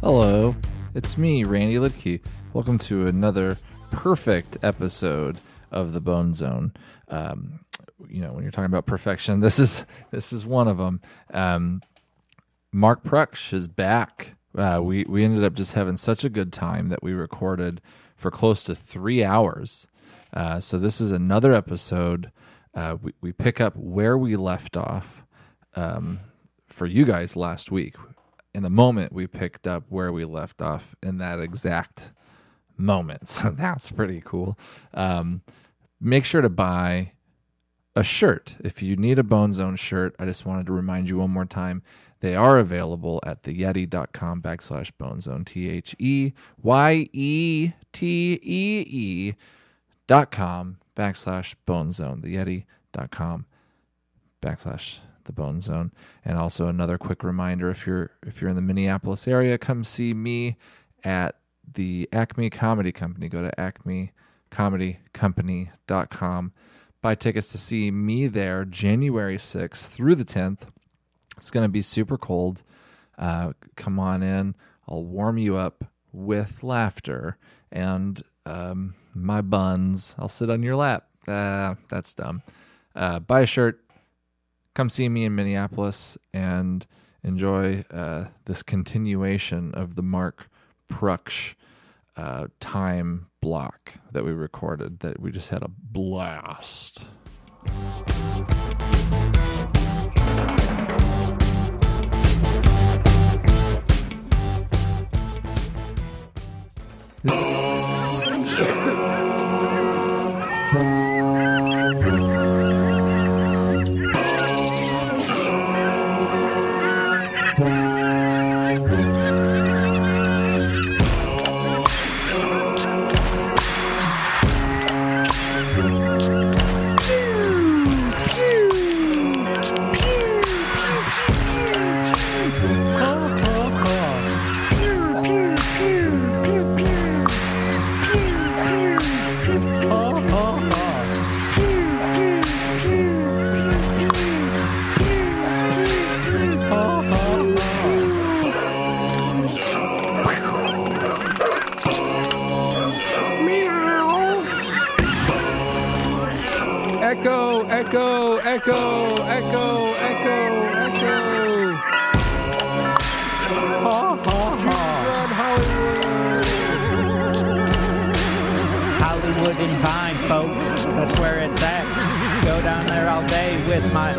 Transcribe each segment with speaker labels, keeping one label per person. Speaker 1: Hello, it's me, Randy Lidke. Welcome to another perfect episode of the Bone Zone. Um, you know, when you're talking about perfection, this is this is one of them. Um, Mark Pruksh is back. Uh, we we ended up just having such a good time that we recorded for close to three hours. Uh, so this is another episode. Uh, we we pick up where we left off um, for you guys last week. In the moment, we picked up where we left off in that exact moment. So that's pretty cool. Um, make sure to buy a shirt. If you need a Bone Zone shirt, I just wanted to remind you one more time. They are available at theyeti.com backslash bone zone, T H E Y E T E E dot com backslash bone zone, theyeti.com backslash the bone zone and also another quick reminder if you're if you're in the minneapolis area come see me at the acme comedy company go to acme comedy company.com buy tickets to see me there january 6th through the 10th it's going to be super cold uh, come on in i'll warm you up with laughter and um, my buns i'll sit on your lap uh, that's dumb uh, buy a shirt come see me in Minneapolis and enjoy uh, this continuation of the Mark Pruksh uh, time block that we recorded. That we just had a blast.
Speaker 2: Echo, echo, echo, echo, echo, echo. Ha ha ha.
Speaker 3: Hollywood and Vine, folks. That's where it's at. Go down there all day with my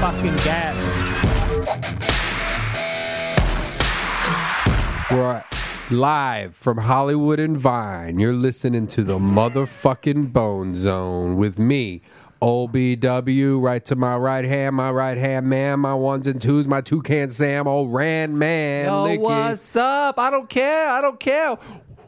Speaker 3: fucking gat.
Speaker 2: We're live from Hollywood and Vine. You're listening to the motherfucking Bone Zone with me. OBW, right to my right hand, my right hand man, my ones and twos, my two can Sam, old Rand man. Licky.
Speaker 1: up? I don't care. I don't care.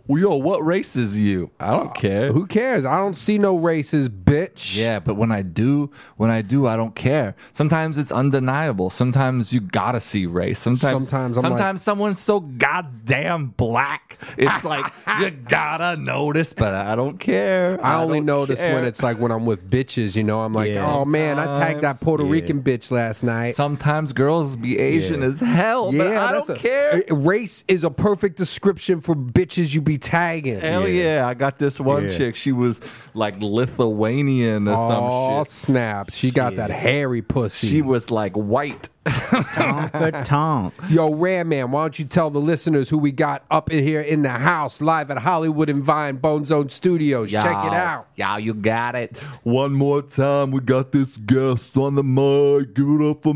Speaker 1: Yo, what race is you? I don't care.
Speaker 2: Who cares? I don't see no races, bitch.
Speaker 1: Yeah, but when I do, when I do, I don't care. Sometimes it's undeniable. Sometimes you gotta see race. Sometimes,
Speaker 2: Sometimes I'm like-
Speaker 1: sometimes someone's so goddamn black, it's like you gotta notice. But I don't care.
Speaker 2: I only
Speaker 1: don't
Speaker 2: notice
Speaker 1: care.
Speaker 2: when it's like when I'm with bitches, you know. I'm like,
Speaker 1: Yeah.
Speaker 2: oh man, I tagged that Puerto Rican bitch last night.
Speaker 1: Sometimes girls be Asian as hell, but I
Speaker 2: that's
Speaker 1: don't
Speaker 2: a-
Speaker 1: care.
Speaker 2: a- Race is a perfect description for bitches you be tagging.
Speaker 1: Hell yeah. I got this one
Speaker 2: Yeah.
Speaker 1: chick. She was like Lithuanian or
Speaker 2: Oh
Speaker 1: some shit.
Speaker 2: snap! She got that hairy pussy.
Speaker 1: She was like white.
Speaker 3: Tonka tonk.
Speaker 2: Yo, Ram Man, why don't you tell the listeners who we got up in here in the house, live at Hollywood and Vine Bone Zone Studios? Check it out.
Speaker 1: Y'all, you got it. One more time, we got this guest on the mic. Give it up for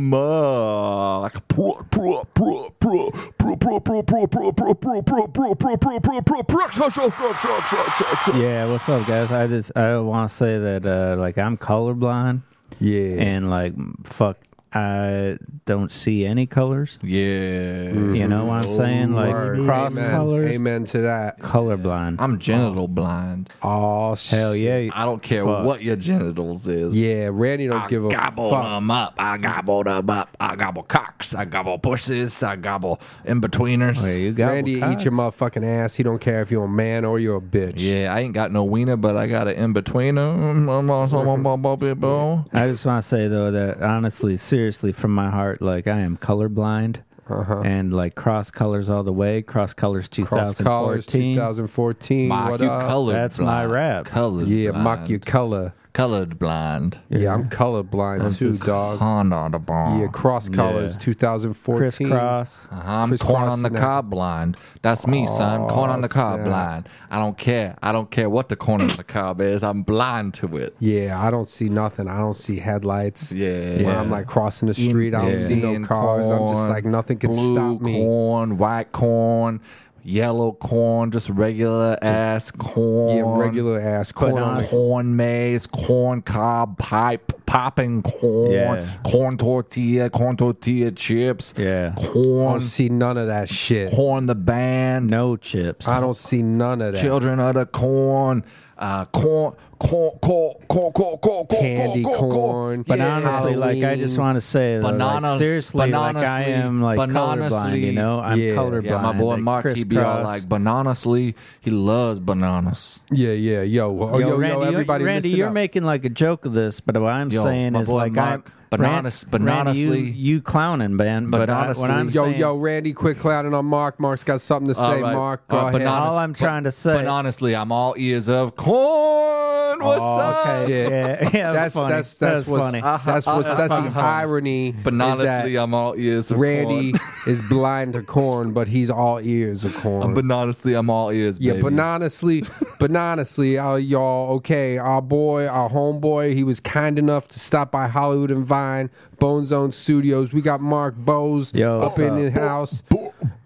Speaker 1: Mike. Pro- pro- pro- pro- pro- pro- pro- pro- pro- pro- pro- pro- pro- pro- pro- pro- pro- pro- show- show- show- show- show- show- show.
Speaker 3: Yeah, what's up, guys? I just I want to say that uh, like I'm colorblind
Speaker 2: Yeah,
Speaker 3: and like fuck, I don't see any colors.
Speaker 1: Yeah.
Speaker 3: You know what I'm saying? Like
Speaker 2: Word.
Speaker 3: cross
Speaker 2: Amen.
Speaker 3: colors,
Speaker 2: Amen to that.
Speaker 3: colorblind.
Speaker 1: I'm genital blind.
Speaker 2: Oh
Speaker 3: Hell
Speaker 2: shit.
Speaker 3: yeah!
Speaker 1: I don't care
Speaker 3: Fuck.
Speaker 1: what your genitals is.
Speaker 2: Yeah, Randy don't give a
Speaker 1: gobble
Speaker 2: fuck.
Speaker 1: them up. I gobble them up. I gobble cocks. I gobble pussies. I gobble in betweeners.
Speaker 3: Hey, you got
Speaker 2: Randy,
Speaker 3: what
Speaker 2: eat your
Speaker 3: kinds?
Speaker 2: motherfucking ass. He don't care if you're a man or you're a bitch.
Speaker 1: Yeah, I ain't got no wiener, but I got an in between.
Speaker 3: I just want to say though that honestly, seriously, from my heart, like I am colorblind.
Speaker 1: Uh-huh.
Speaker 3: and like Cross Colors all the way, Cross Colors
Speaker 2: Cross Collars
Speaker 3: 2014.
Speaker 2: 2014.
Speaker 1: Mock
Speaker 2: what
Speaker 1: you
Speaker 2: up?
Speaker 1: colored.
Speaker 3: That's my
Speaker 1: blind.
Speaker 3: rap.
Speaker 1: Colored.
Speaker 2: Yeah,
Speaker 1: blind.
Speaker 2: mock you color.
Speaker 1: Colored blind.
Speaker 2: Yeah, I'm colorblind
Speaker 1: This
Speaker 2: too,
Speaker 1: is
Speaker 2: dog.
Speaker 1: corn on the bomb.
Speaker 2: Yeah, Cross Collars
Speaker 3: Yeah.
Speaker 2: 2014.
Speaker 3: Crisscross.
Speaker 1: Uh-huh, I'm
Speaker 2: Chris
Speaker 1: corn on the
Speaker 2: Cross-
Speaker 1: cob blind. That's me,
Speaker 2: Oh,
Speaker 1: son. Corn on the cob
Speaker 2: snap.
Speaker 1: blind. I don't care. I don't care what the corn on the cob is. I'm blind to it.
Speaker 2: Yeah, I don't see nothing. I don't see headlights.
Speaker 1: Yeah.
Speaker 2: When I'm like crossing the street, I don't see no
Speaker 1: Indian
Speaker 2: cars. I'm just
Speaker 1: corn,
Speaker 2: like nothing can
Speaker 1: blue
Speaker 2: stop me.
Speaker 1: Corn, white corn, yellow corn, just regular ass corn.
Speaker 2: Yeah, regular ass corn. on
Speaker 3: Banana.
Speaker 2: the-
Speaker 1: corn maze, corn cob pipe, popping corn,
Speaker 3: Yeah.
Speaker 1: corn tortilla, corn tortilla chips,
Speaker 3: Yeah.
Speaker 2: I
Speaker 1: corn,
Speaker 2: don't see none of that shit.
Speaker 1: corn the band,
Speaker 3: No chips.
Speaker 1: Uh,
Speaker 2: I don't see none of that.
Speaker 1: children of the corn, uh, corn, corn, corn, corn, corn, corn, corn,
Speaker 2: Candy
Speaker 1: corn, corn,
Speaker 2: corn,
Speaker 3: But
Speaker 1: Yeah.
Speaker 3: honestly, like I just
Speaker 2: Halloween.
Speaker 3: want to say, though,
Speaker 1: Bananas-
Speaker 3: like, seriously, like
Speaker 1: bananasly-
Speaker 3: I am like colorblind.
Speaker 1: bananasly-
Speaker 3: You know, I'm
Speaker 2: Yeah.
Speaker 3: colorblind.
Speaker 1: Yeah, my boy
Speaker 3: like,
Speaker 1: Mark, he be all
Speaker 3: crisscross.
Speaker 1: like bananasly. He loves bananas.
Speaker 2: Yeah, yeah, yo, oh, yo, yo,
Speaker 3: Randy, you-
Speaker 2: everybody,
Speaker 3: Randy,
Speaker 2: listen
Speaker 3: you're
Speaker 2: up.
Speaker 3: making like a joke of this, but what I'm
Speaker 1: Yo,
Speaker 3: saying
Speaker 1: my
Speaker 3: is
Speaker 1: boy
Speaker 3: like
Speaker 1: Mark,
Speaker 3: I'm
Speaker 1: bananas-
Speaker 3: Ran- Randy, you,
Speaker 1: bananasly-
Speaker 3: you clowning, man. But I, what I'm
Speaker 1: Bananasly.
Speaker 2: Yo,
Speaker 3: saying,
Speaker 2: yo, Randy, quit clowning on Mark. Mark's got something to
Speaker 1: All
Speaker 2: say.
Speaker 1: right.
Speaker 2: Mark, go
Speaker 1: Uh,
Speaker 2: ahead.
Speaker 1: bananas-
Speaker 3: All I'm
Speaker 1: but-
Speaker 3: trying to say-
Speaker 1: But honestly, I'm all ears of corn. What's
Speaker 2: Oh,
Speaker 1: up?
Speaker 2: okay.
Speaker 3: yeah, yeah,
Speaker 2: That's,
Speaker 3: that's funny.
Speaker 2: that's that's what's
Speaker 3: funny.
Speaker 2: that's what's that's the irony. is
Speaker 1: Bananasly,
Speaker 2: that
Speaker 1: I'm all ears of
Speaker 2: Randy
Speaker 1: corn.
Speaker 2: is blind to corn, but he's all ears of corn.
Speaker 1: Bananasly, I'm all ears,
Speaker 2: yeah,
Speaker 1: baby.
Speaker 2: but honestly, but honestly, uh, y'all, okay, our boy, our homeboy, he was kind enough to stop by Hollywood and Vine, Bone Zone Studios. We got Mark Bose
Speaker 3: Yo,
Speaker 2: up
Speaker 3: what's
Speaker 2: in
Speaker 3: up?
Speaker 2: the house.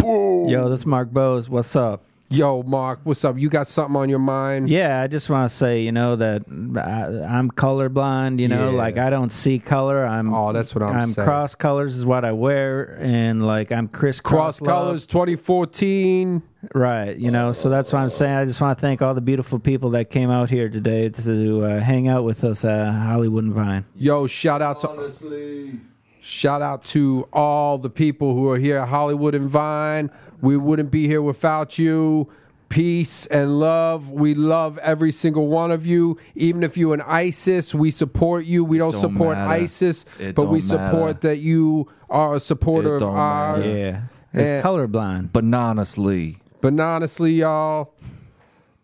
Speaker 3: yo, this is Mark Bose. What's up?
Speaker 2: Yo, Mark, what's up? You got something on your mind?
Speaker 3: Yeah, I just want to say, you know, that I, I'm colorblind. You know,
Speaker 2: Yeah.
Speaker 3: like I don't see color. I'm
Speaker 2: Oh, that's what I'm saying.
Speaker 3: cross colors is what I wear, and like I'm crisscross
Speaker 2: Cross
Speaker 3: love.
Speaker 2: Colors 2014.
Speaker 3: Right, you know, so that's what I'm saying. I just want to thank all the beautiful people that came out here today to uh, hang out with us at Hollywood and Vine.
Speaker 2: Yo, shout out to Shout out to all the people who are here at Hollywood and Vine. We wouldn't be here without you. Peace and love. We love every single one of you. Even if you an ISIS, we support you. We don't,
Speaker 1: Don't
Speaker 2: support
Speaker 1: matter.
Speaker 2: ISIS,
Speaker 1: It
Speaker 2: but we
Speaker 1: don't matter.
Speaker 2: support that you are a supporter
Speaker 1: It
Speaker 2: of
Speaker 1: don't
Speaker 2: ours.
Speaker 1: matter.
Speaker 3: Yeah,
Speaker 2: Yeah.
Speaker 3: it's colorblind.
Speaker 1: Bananasly.
Speaker 2: But honestly, y'all,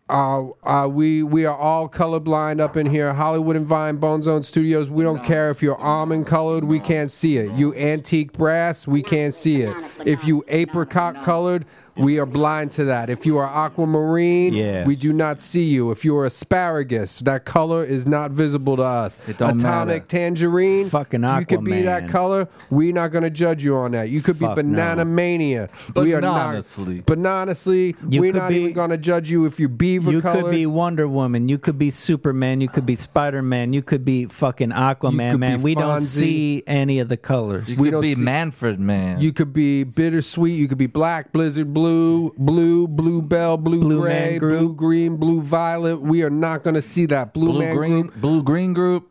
Speaker 2: uh, uh, we we are all colorblind up in here. Hollywood and Vine Bone Zone Studios. We don't care if you're almond colored, we can't see it. You antique brass, we can't see it. If you apricot colored, we are blind to that. If you are aquamarine,
Speaker 3: Yeah.
Speaker 2: we do not see you. If you are asparagus, that color is not visible to us.
Speaker 1: It don't
Speaker 2: Atomic
Speaker 1: matter.
Speaker 2: tangerine,
Speaker 3: Fucking
Speaker 2: you could be that
Speaker 3: Aquaman.
Speaker 2: color. We're not gonna judge you on that. You could
Speaker 3: Fuck
Speaker 2: be
Speaker 3: no.
Speaker 2: banana mania. we are not.
Speaker 1: Bananasly.
Speaker 2: But honestly,
Speaker 3: You
Speaker 2: we're
Speaker 3: could
Speaker 2: not
Speaker 3: be-
Speaker 2: even going to judge you if you're beaver
Speaker 3: You
Speaker 2: colored.
Speaker 3: could be Wonder Woman. You could be Superman. You could be Spider Man. You could be fucking Aquaman,
Speaker 2: could
Speaker 3: man.
Speaker 2: be
Speaker 3: We don't
Speaker 2: Fonzie.
Speaker 3: see any of the colors.
Speaker 1: You
Speaker 2: We
Speaker 1: could
Speaker 2: don't
Speaker 1: be
Speaker 2: see-
Speaker 1: Manfred, man.
Speaker 2: you could be bittersweet. You could be black, blizzard, blue, blue, blue bell, blue,
Speaker 3: Blue
Speaker 2: gray,
Speaker 3: Man Group.
Speaker 2: blue green, blue violet. We are not going to see that blue,
Speaker 1: blue
Speaker 2: man
Speaker 1: green,
Speaker 2: group.
Speaker 1: blue green group.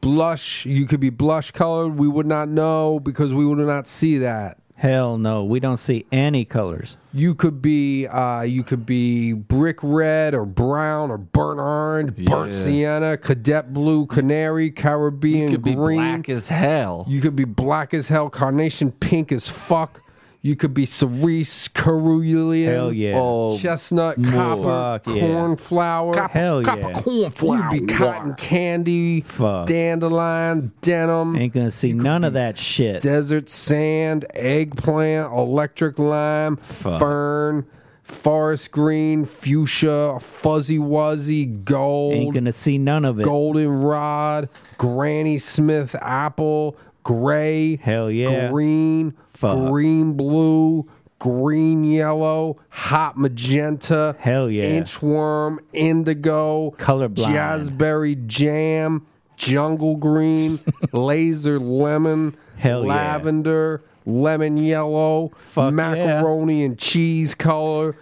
Speaker 2: Blush. You could be blush colored. We would not know because we would not see that.
Speaker 3: Hell no, we don't see any colors.
Speaker 2: You could be uh, you could be brick red or brown or burnt orange, burnt
Speaker 1: Yeah.
Speaker 2: sienna, cadet blue, canary, Caribbean
Speaker 1: You could be
Speaker 2: green.
Speaker 1: black as hell.
Speaker 2: You could be black as hell, carnation pink as fuck. You could be cerise, cerulean,
Speaker 3: Hell yeah.
Speaker 1: Oh,
Speaker 2: chestnut, copper,
Speaker 3: Fuck yeah.
Speaker 2: cornflower.
Speaker 3: Hell yeah.
Speaker 1: copper corn flour.
Speaker 2: You'd be cotton candy,
Speaker 3: Fuck.
Speaker 2: dandelion, denim,
Speaker 3: Ain't gonna see none of that shit.
Speaker 2: desert sand, eggplant, electric lime, fern, forest green, fuchsia, fuzzy wuzzy, gold
Speaker 3: Ain't gonna see none of it.
Speaker 2: goldenrod, Granny Smith apple, gray,
Speaker 3: Hell yeah.
Speaker 2: green,
Speaker 3: Fuck.
Speaker 2: green blue, green yellow, hot magenta,
Speaker 3: Hell yeah.
Speaker 2: inchworm, indigo,
Speaker 3: Colorblind.
Speaker 2: jazzberry jam, jungle green, laser lemon,
Speaker 3: Hell yeah.
Speaker 2: lavender, lemon yellow,
Speaker 3: Fuck
Speaker 2: macaroni and cheese color,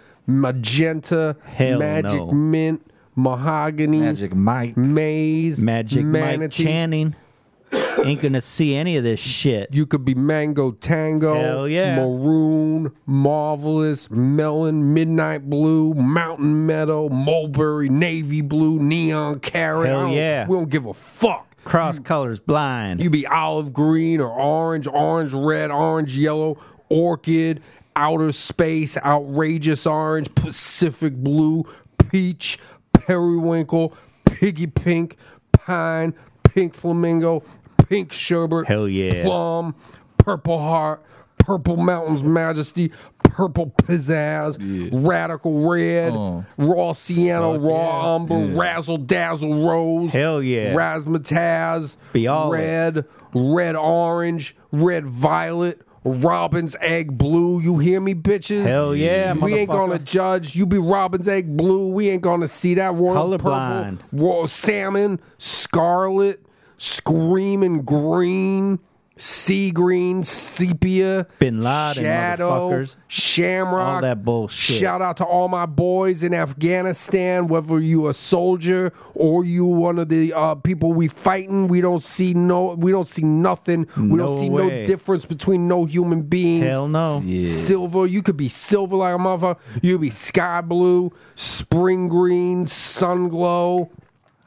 Speaker 2: magenta,
Speaker 3: Hell
Speaker 2: magic
Speaker 3: no.
Speaker 2: mint. Mahogany,
Speaker 1: Magic Mike.
Speaker 2: Maze,
Speaker 3: Magic Mike
Speaker 2: Manatee.
Speaker 3: Channing. Ain't gonna see any of this shit.
Speaker 2: You could be Mango Tango,
Speaker 3: Hell yeah.
Speaker 2: Maroon, Marvelous, Melon, Midnight Blue, Mountain Meadow, Mulberry, Navy Blue, Neon Carrot.
Speaker 3: Hell
Speaker 2: I don't-
Speaker 3: yeah.
Speaker 2: We don't give a fuck.
Speaker 3: Cross colors blind.
Speaker 2: You be olive green or orange, orange red, orange yellow, orchid, outer space, outrageous orange, Pacific blue, peach, periwinkle, piggy pink, pine, pink flamingo, pink sherbet,
Speaker 3: Hell yeah.
Speaker 2: plum, purple heart, purple mountains majesty, purple pizzazz, radical red,
Speaker 3: Uh-huh.
Speaker 2: raw sienna, raw umber, razzle dazzle rose,
Speaker 3: Hell yeah.
Speaker 2: razzmatazz,
Speaker 3: Be all
Speaker 2: red, red orange, red violet. Robin's egg blue, you hear me, bitches?
Speaker 3: Hell yeah,
Speaker 2: We ain't
Speaker 3: motherfucker.
Speaker 2: gonna judge. You be Robin's egg blue. We ain't gonna see that royal
Speaker 3: Colorblind.
Speaker 2: purple, raw salmon, scarlet, screaming green, sea green, sepia,
Speaker 3: Bin Laden,
Speaker 2: shadow,
Speaker 3: motherfuckers.
Speaker 2: shamrock,
Speaker 3: All that bullshit.
Speaker 2: Shout out to all my boys in Afghanistan. Whether you a soldier or you one of the uh, people we fighting, we don't see no, we don't see nothing. We
Speaker 3: No
Speaker 2: don't see
Speaker 3: way.
Speaker 2: no difference between no human beings.
Speaker 3: Hell no.
Speaker 2: Silver, you could be silver like a mother. You could be sky blue, spring green, sun glow,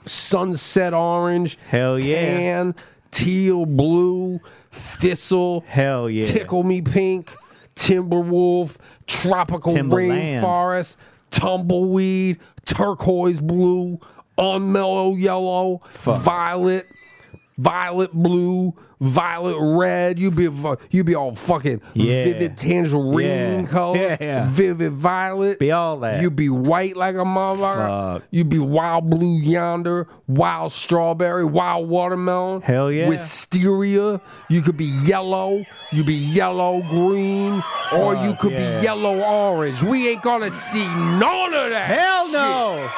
Speaker 2: sunset orange.
Speaker 3: Hell yeah.
Speaker 2: Tan, teal blue, thistle.
Speaker 3: Hell yeah.
Speaker 2: Tickle me pink, timberwolf, tropical
Speaker 3: Timberland.
Speaker 2: rainforest, tumbleweed, turquoise blue, unmellow yellow, violet, violet blue, violet red. You be fu- you be all fucking
Speaker 3: Yeah.
Speaker 2: vivid tangerine
Speaker 3: Yeah.
Speaker 2: color,
Speaker 3: Yeah.
Speaker 2: vivid violet.
Speaker 3: Be all that.
Speaker 2: You be white like a motherfucker.
Speaker 3: Fuck.
Speaker 2: You be wild blue yonder, wild strawberry, wild watermelon.
Speaker 3: Hell yeah.
Speaker 2: Wisteria. You could be yellow. You be yellow green, or you
Speaker 3: Fuck,
Speaker 2: could
Speaker 3: yeah.
Speaker 2: be yellow orange. We ain't gonna see none of that.
Speaker 3: Hell
Speaker 2: shit.
Speaker 3: no.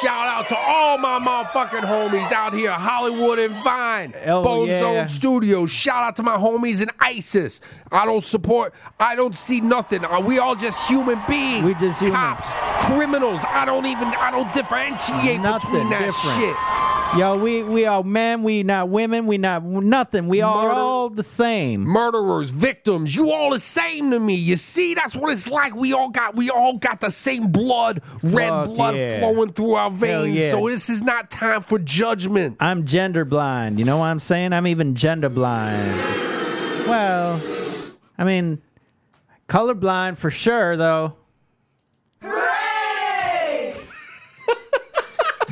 Speaker 2: Shout out to all my motherfucking homies out here, Hollywood and Vine,
Speaker 3: Hell
Speaker 2: Bone
Speaker 3: yeah.
Speaker 2: Zone Studios. Shout out to my homies in ISIS. I don't support. I don't see nothing. Are we all just human beings?
Speaker 3: We just human.
Speaker 2: cops, criminals. I don't even. I don't differentiate
Speaker 3: Nothing
Speaker 2: between that
Speaker 3: different.
Speaker 2: shit.
Speaker 3: Yo, we we are men. We not women. We not nothing. We are
Speaker 2: Murder.
Speaker 3: all the same.
Speaker 2: murderers, victims, you all the same to me. You see, that's what it's like. We all got we all got the same blood, red
Speaker 3: Fuck
Speaker 2: blood
Speaker 3: yeah.
Speaker 2: flowing through our veins.
Speaker 3: yeah.
Speaker 2: So this is not time for judgment.
Speaker 3: I'm gender blind. You know what I'm saying? I'm even gender blind. Well, I mean, colorblind for sure though.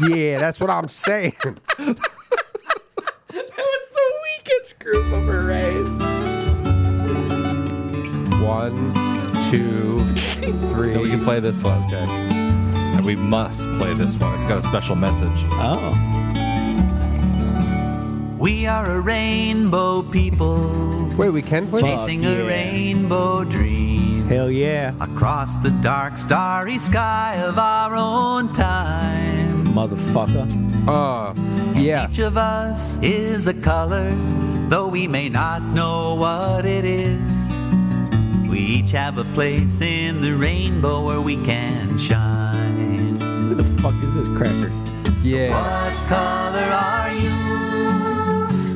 Speaker 2: yeah, that's what I'm saying.
Speaker 4: the weakest group of arrays.
Speaker 2: One, two,
Speaker 1: We
Speaker 2: three.
Speaker 1: can play this one. Okay. And we must play this one. It's got a special message.
Speaker 3: Oh,
Speaker 5: We are a rainbow people,
Speaker 2: Wait, we can play.
Speaker 3: Fuck.
Speaker 5: chasing
Speaker 3: yeah.
Speaker 5: a rainbow dream
Speaker 3: hell yeah,
Speaker 5: across the dark, starry sky of our own time.
Speaker 3: motherfucker.
Speaker 2: Uh, yeah.
Speaker 5: Each of us is a color, though we may not know what it is. We each have a place in the rainbow where we can shine.
Speaker 3: Who the fuck is this cracker?
Speaker 2: Yeah.
Speaker 5: What color are you?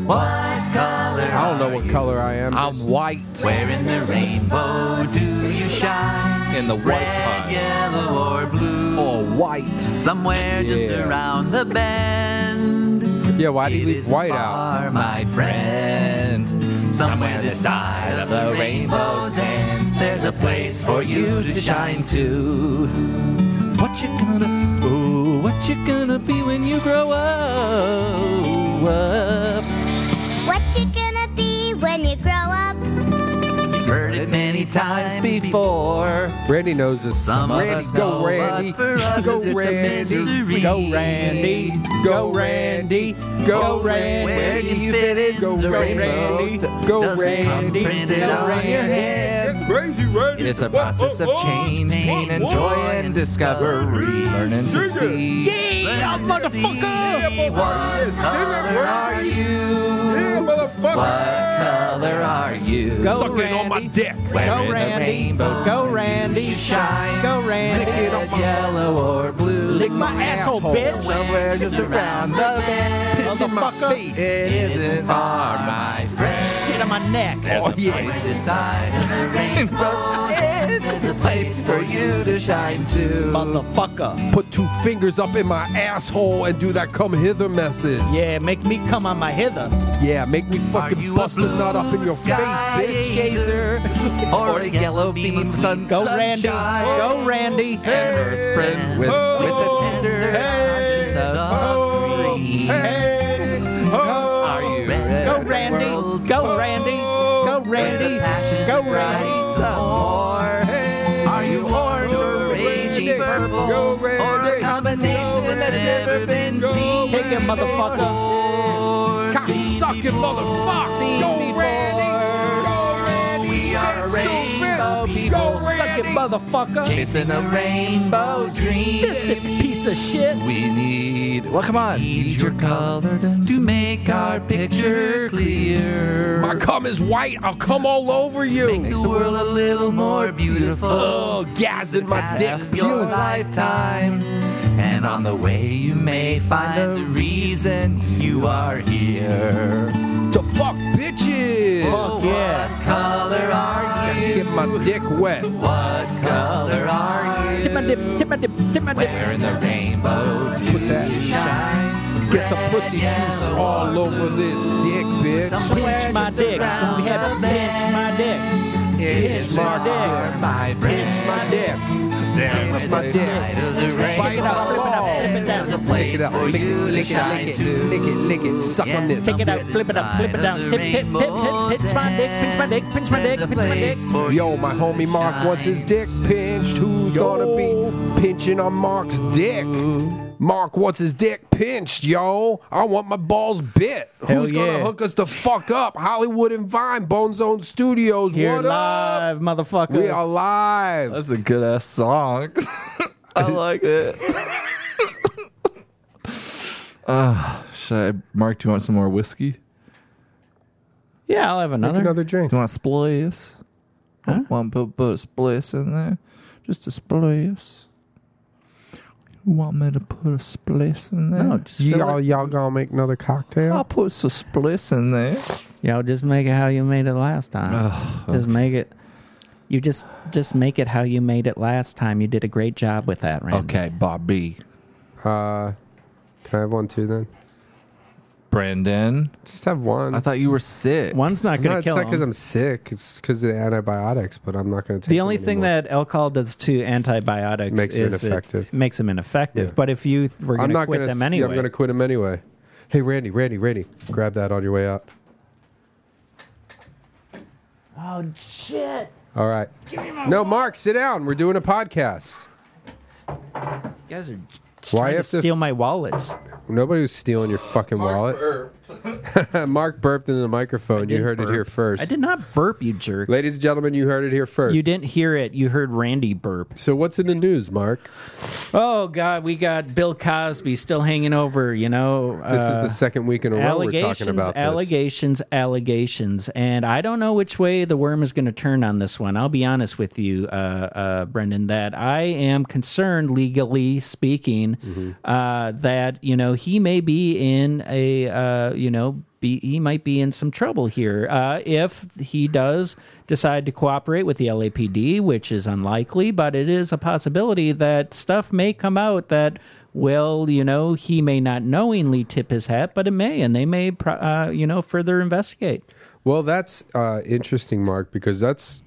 Speaker 5: What color?
Speaker 2: I don't know
Speaker 5: are
Speaker 2: what
Speaker 5: you?
Speaker 2: color I am.
Speaker 1: I'm white.
Speaker 5: Where in the rainbow do you shine?
Speaker 1: In the white
Speaker 5: Red,
Speaker 1: pie.
Speaker 5: yellow, or blue?
Speaker 1: All white.
Speaker 5: Somewhere just
Speaker 2: Yeah.
Speaker 5: around the bend.
Speaker 2: Yeah, why do you
Speaker 5: It
Speaker 2: leave
Speaker 5: isn't
Speaker 2: white out?
Speaker 5: far, my friend. Somewhere this side of the rainbow's end, there's a place for you to shine to.
Speaker 1: What you gonna, ooh, what you gonna be when you grow up?
Speaker 6: What you gonna be when you grow up?
Speaker 5: You've heard it many times before.
Speaker 2: Randy knows this.
Speaker 5: Some of
Speaker 2: Randy,
Speaker 5: us
Speaker 2: go
Speaker 5: know, but
Speaker 2: Randy.
Speaker 5: for others
Speaker 2: Go
Speaker 5: it's a
Speaker 2: Randy.
Speaker 5: mystery.
Speaker 2: Go Randy. Go Randy. Go Randy.
Speaker 5: Where do you fit in
Speaker 2: Go
Speaker 5: the rainbow?
Speaker 2: Randy. Go
Speaker 5: Doesn't
Speaker 2: Randy.
Speaker 5: come printed on your head.
Speaker 2: That's crazy, Randy.
Speaker 1: It's a process of change, pain, and joy, and discovery. Learning to see.
Speaker 5: Yeah, motherfucker! What color are you?
Speaker 2: Yeah,
Speaker 5: What
Speaker 2: motherfucker.
Speaker 5: color are you?
Speaker 3: Go
Speaker 2: Sucking
Speaker 3: Randy.
Speaker 2: on my dick.
Speaker 5: Where
Speaker 3: Go
Speaker 5: in the
Speaker 3: Randy.
Speaker 5: rainbow
Speaker 3: Go
Speaker 5: do
Speaker 3: Randy.
Speaker 5: you Shine.
Speaker 3: Go Randy.
Speaker 5: Red, yellow or blue. Lick my asshole, bitch. Somewhere just around the bend.
Speaker 2: Piss in my face.
Speaker 5: It isn't far, my friend. Shit on my neck. There's
Speaker 2: Oh,
Speaker 5: a
Speaker 2: yes.
Speaker 5: place inside of the rainbow. There's a place for you
Speaker 1: to shine too.
Speaker 7: Motherfucker.
Speaker 8: Put two fingers up in my asshole and do that come hither message.
Speaker 7: Yeah, make me come on my hither.
Speaker 8: Yeah, make me
Speaker 5: Are you
Speaker 8: fucking
Speaker 5: a
Speaker 8: bust a
Speaker 5: blue
Speaker 8: nut up in your face,
Speaker 5: sky
Speaker 8: bitch.
Speaker 5: gazer
Speaker 1: Or a yellow beam of sun,
Speaker 7: Go,
Speaker 1: sunshine.
Speaker 7: Randy. Go, Randy.
Speaker 5: and her friend
Speaker 1: With,
Speaker 5: with
Speaker 1: with
Speaker 7: Oh.
Speaker 1: the tender conscience
Speaker 5: conscience
Speaker 1: of
Speaker 5: of green. Are
Speaker 8: Oh,
Speaker 5: you ready?
Speaker 7: Go, Randy. Go, Randy. Go, Randy. Go, Randy.
Speaker 5: Are you orange or raging purple?
Speaker 8: Go
Speaker 5: Or the
Speaker 8: Randy.
Speaker 5: combination that's never been seen?
Speaker 7: Take it, motherfucker.
Speaker 8: Cocksucking motherfucker. Go, Randy.
Speaker 5: We are rainbow people.
Speaker 7: Suck it, motherfucker.
Speaker 5: Chasing a rainbow's dream.
Speaker 7: Fist it, piece of shit.
Speaker 1: We need. Well, come on. Need your color to,
Speaker 5: To make our picture clear.
Speaker 8: My cum is white. I'll come all over
Speaker 5: Make
Speaker 8: you.
Speaker 5: the world a little more beautiful.
Speaker 8: Oh, gas in my
Speaker 5: Task
Speaker 8: dick.
Speaker 5: of your
Speaker 8: Puke.
Speaker 5: lifetime. And on the way, you may find the reason you are here.
Speaker 8: To fuck bitches.
Speaker 5: Oh, What color are you?
Speaker 8: Get my dick wet.
Speaker 5: What color are you?
Speaker 7: Tip my dip, tip my dip, tip my dip.
Speaker 5: Where in the rainbow do
Speaker 8: Put that-
Speaker 5: you shine?
Speaker 8: Get some
Speaker 5: Red,
Speaker 8: pussy juice
Speaker 5: yellow,
Speaker 8: all
Speaker 5: or
Speaker 8: over this dick, bitch.
Speaker 7: Pinch my dick. We have a pinch my dick.
Speaker 5: It's
Speaker 8: my
Speaker 5: my
Speaker 8: dick.
Speaker 5: my friend.
Speaker 8: It's my dick. It's my dick.
Speaker 5: Side of the
Speaker 8: Bite
Speaker 5: rainbow,
Speaker 8: my balls.
Speaker 5: there's a
Speaker 8: Lick
Speaker 5: place
Speaker 8: it up.
Speaker 5: for
Speaker 8: Lick it,
Speaker 5: you to
Speaker 8: lick it,
Speaker 5: shine
Speaker 8: lick it,
Speaker 5: to.
Speaker 8: lick it, lick it. Suck on
Speaker 5: Yes,
Speaker 8: this.
Speaker 7: Take it
Speaker 5: To
Speaker 7: out,
Speaker 5: the
Speaker 7: flip it up, flip it
Speaker 5: side
Speaker 7: down.
Speaker 5: of the
Speaker 7: Tip, pip, pip, pip, pinch my dick, pinch my dick, pinch my dick,
Speaker 5: There's a
Speaker 7: pinch my dick.
Speaker 5: place for
Speaker 8: Yo,
Speaker 5: you
Speaker 8: my
Speaker 5: to
Speaker 8: homie Mark wants his
Speaker 5: shine.
Speaker 8: dick pinched. Who's gonna be pinching on Mark's dick? Mark wants his dick pinched, yo. I want my balls bit.
Speaker 3: Hell
Speaker 8: Who's
Speaker 3: yeah.
Speaker 8: gonna hook us the fuck up? Hollywood and Vine, Bone Zone Studios.
Speaker 3: Here
Speaker 8: what
Speaker 3: live,
Speaker 8: up?
Speaker 3: motherfucker.
Speaker 8: We are live.
Speaker 1: That's a good ass song. I like it. uh, should I, Mark? Do you want some more whiskey? Do
Speaker 3: yeah, I'll have another.
Speaker 8: drink.
Speaker 1: you want a splice? Want to put, put a splice in there? Just a splice. You want me to put a splice in there?
Speaker 3: No, just fill
Speaker 8: Y'all,
Speaker 3: it.
Speaker 8: y'all gonna make another cocktail?
Speaker 1: I'll put some splice in there.
Speaker 3: Yo, just make it how you made it last time. Just make it. You just just make it how you made it last time. You did a great job with that, Randy.
Speaker 1: Okay, Bobby.
Speaker 8: Uh, can I have one too then?
Speaker 1: Brandon,
Speaker 8: Just have one.
Speaker 1: I thought you were sick.
Speaker 3: One's not
Speaker 8: no,
Speaker 3: gonna
Speaker 8: it's
Speaker 3: kill
Speaker 8: not because
Speaker 3: him.
Speaker 8: I'm sick. It's because of the antibiotics, but I'm not gonna take.
Speaker 3: the only
Speaker 8: them
Speaker 3: thing
Speaker 8: anymore.
Speaker 3: that alcohol does to antibiotics
Speaker 8: Makes them
Speaker 3: is
Speaker 8: ineffective.
Speaker 3: it makes them ineffective.
Speaker 8: Yeah.
Speaker 3: But if you th- were going
Speaker 8: I'm
Speaker 3: to
Speaker 8: not
Speaker 3: quit
Speaker 8: gonna.
Speaker 3: them
Speaker 8: s- yeah,
Speaker 3: anyway,
Speaker 8: I'm gonna quit them anyway. Hey, Randy, Randy, Randy, grab that on your way out.
Speaker 3: oh shit!
Speaker 8: All right. No, Mark, sit down. We're doing a podcast.
Speaker 3: You guys are just
Speaker 8: Why
Speaker 3: trying
Speaker 8: you
Speaker 3: to
Speaker 8: have to-
Speaker 3: steal my wallets.
Speaker 8: Nobody was stealing your fucking wallet. Mark burped into the microphone. You
Speaker 3: didn't
Speaker 8: heard it
Speaker 3: burp.
Speaker 8: here first.
Speaker 3: I did not burp, you jerk.
Speaker 8: Ladies and gentlemen, you heard it here first.
Speaker 3: You didn't hear it. You heard Randy burp.
Speaker 8: So what's in the news, Mark?
Speaker 3: Oh God, we got Bill Cosby still hanging over. You know,
Speaker 8: This is the second week in a row we're talking
Speaker 3: Uh, allegations,
Speaker 8: about this.
Speaker 3: allegations, allegations, and I don't know which way the worm is going to turn on this one. I'll be honest with you, uh, uh, Brendan, that I am concerned, legally speaking,
Speaker 8: Mm-hmm.
Speaker 3: uh, that you know he may be in a uh, you know. Be, he might be in some trouble here uh, if he does decide to cooperate with the LAPD, which is unlikely, but it is a possibility that stuff may come out that well, you know, he may not knowingly tip his hat, but it may, and they may, pro- uh, you know, further investigate.
Speaker 8: Well, that's uh, interesting, Mark, because that's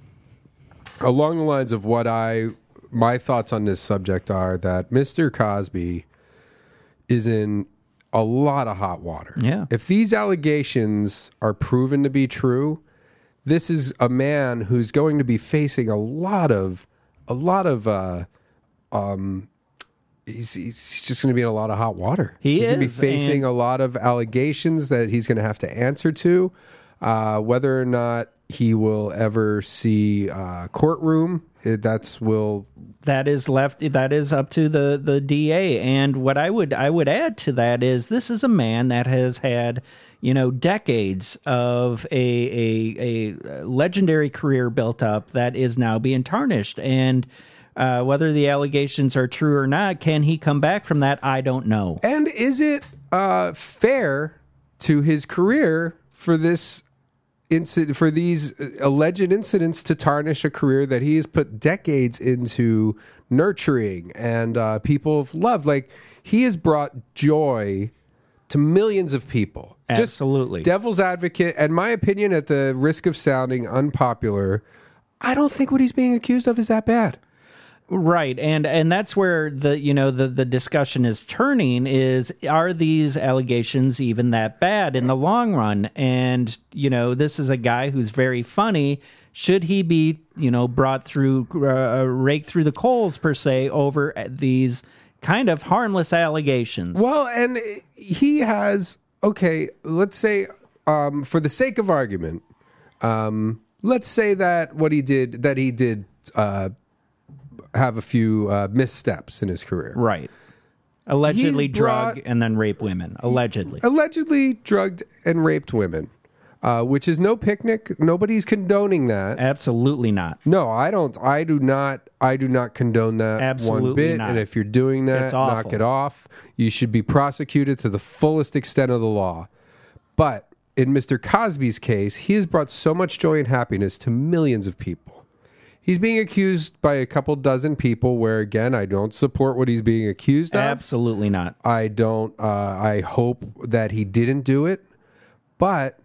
Speaker 8: along the lines of what I my thoughts on this subject are that Mr. Cosby is in a lot of hot water.
Speaker 3: Yeah.
Speaker 8: If these allegations are proven to be true, this is a man who's going to be facing a lot of a lot of uh he's, he's just going to be in a lot of hot water.
Speaker 3: He
Speaker 8: he's Going to be
Speaker 3: is,
Speaker 8: facing
Speaker 3: and-
Speaker 8: a lot of allegations that he's going to have to answer to. Uh, whether or not he will ever see uh, courtroom, it, that's will.
Speaker 3: That is left. That is up to the the DA. And what I would I would add to that is this is a man that has had you know decades of a a, a legendary career built up that is now being tarnished and. Uh, whether the allegations are true or not, can he come back from that? I don't know.
Speaker 8: And is it uh, fair to his career for this inci- for these uh, alleged incidents to tarnish a career that he has put decades into nurturing and uh, people have loved. Like he has brought joy to millions of people. Just
Speaker 3: Absolutely.
Speaker 8: devil's advocate, and my opinion, at the risk of sounding unpopular, I don't think what he's being accused of is that bad.
Speaker 3: Right, and and that's where the you know the the discussion is turning is are these allegations even that bad in the long run? And you know this is a guy who's very funny. Should he be you know brought through uh, raked through the coals per se over these kind of harmless allegations?
Speaker 8: Well, and he has okay. Let's say, um, for the sake of argument, um, let's say that what he did that he did uh, have a few uh, missteps in his career.
Speaker 3: Right, allegedly
Speaker 8: He's
Speaker 3: drug
Speaker 8: brought- Oh.
Speaker 3: and then rape women. Allegedly,
Speaker 8: Allegedly drugged and raped women, uh, which is no picnic. Nobody's condoning that.
Speaker 3: absolutely not.
Speaker 8: No, I don't. I do not. I do not condone that
Speaker 3: Absolutely
Speaker 8: one bit.
Speaker 3: not.
Speaker 8: And if you're doing that,
Speaker 3: It's
Speaker 8: knock
Speaker 3: awful.
Speaker 8: it off. You should be prosecuted to the fullest extent of the law. But in Mr. Cosby's case, he has brought so much joy and happiness to millions of people. He's being accused by a couple dozen people. Where again, I don't support what he's being accused of.
Speaker 3: Absolutely not.
Speaker 8: I don't. Uh, I hope that he didn't do it, but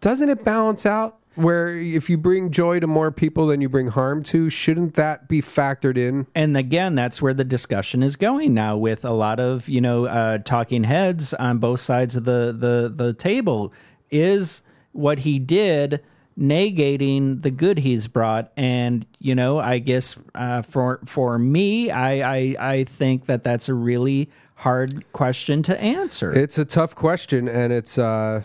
Speaker 8: doesn't it balance out? Where if you bring joy to more people than you bring harm to, shouldn't that be factored in?
Speaker 3: and again that's where the discussion is going now with a lot of you know uh, talking heads on both sides of the the the table is what he did negating the good he's brought and you know i guess uh, for for me I, I i think that that's a really hard question to answer
Speaker 8: It's a tough question, and it's uh,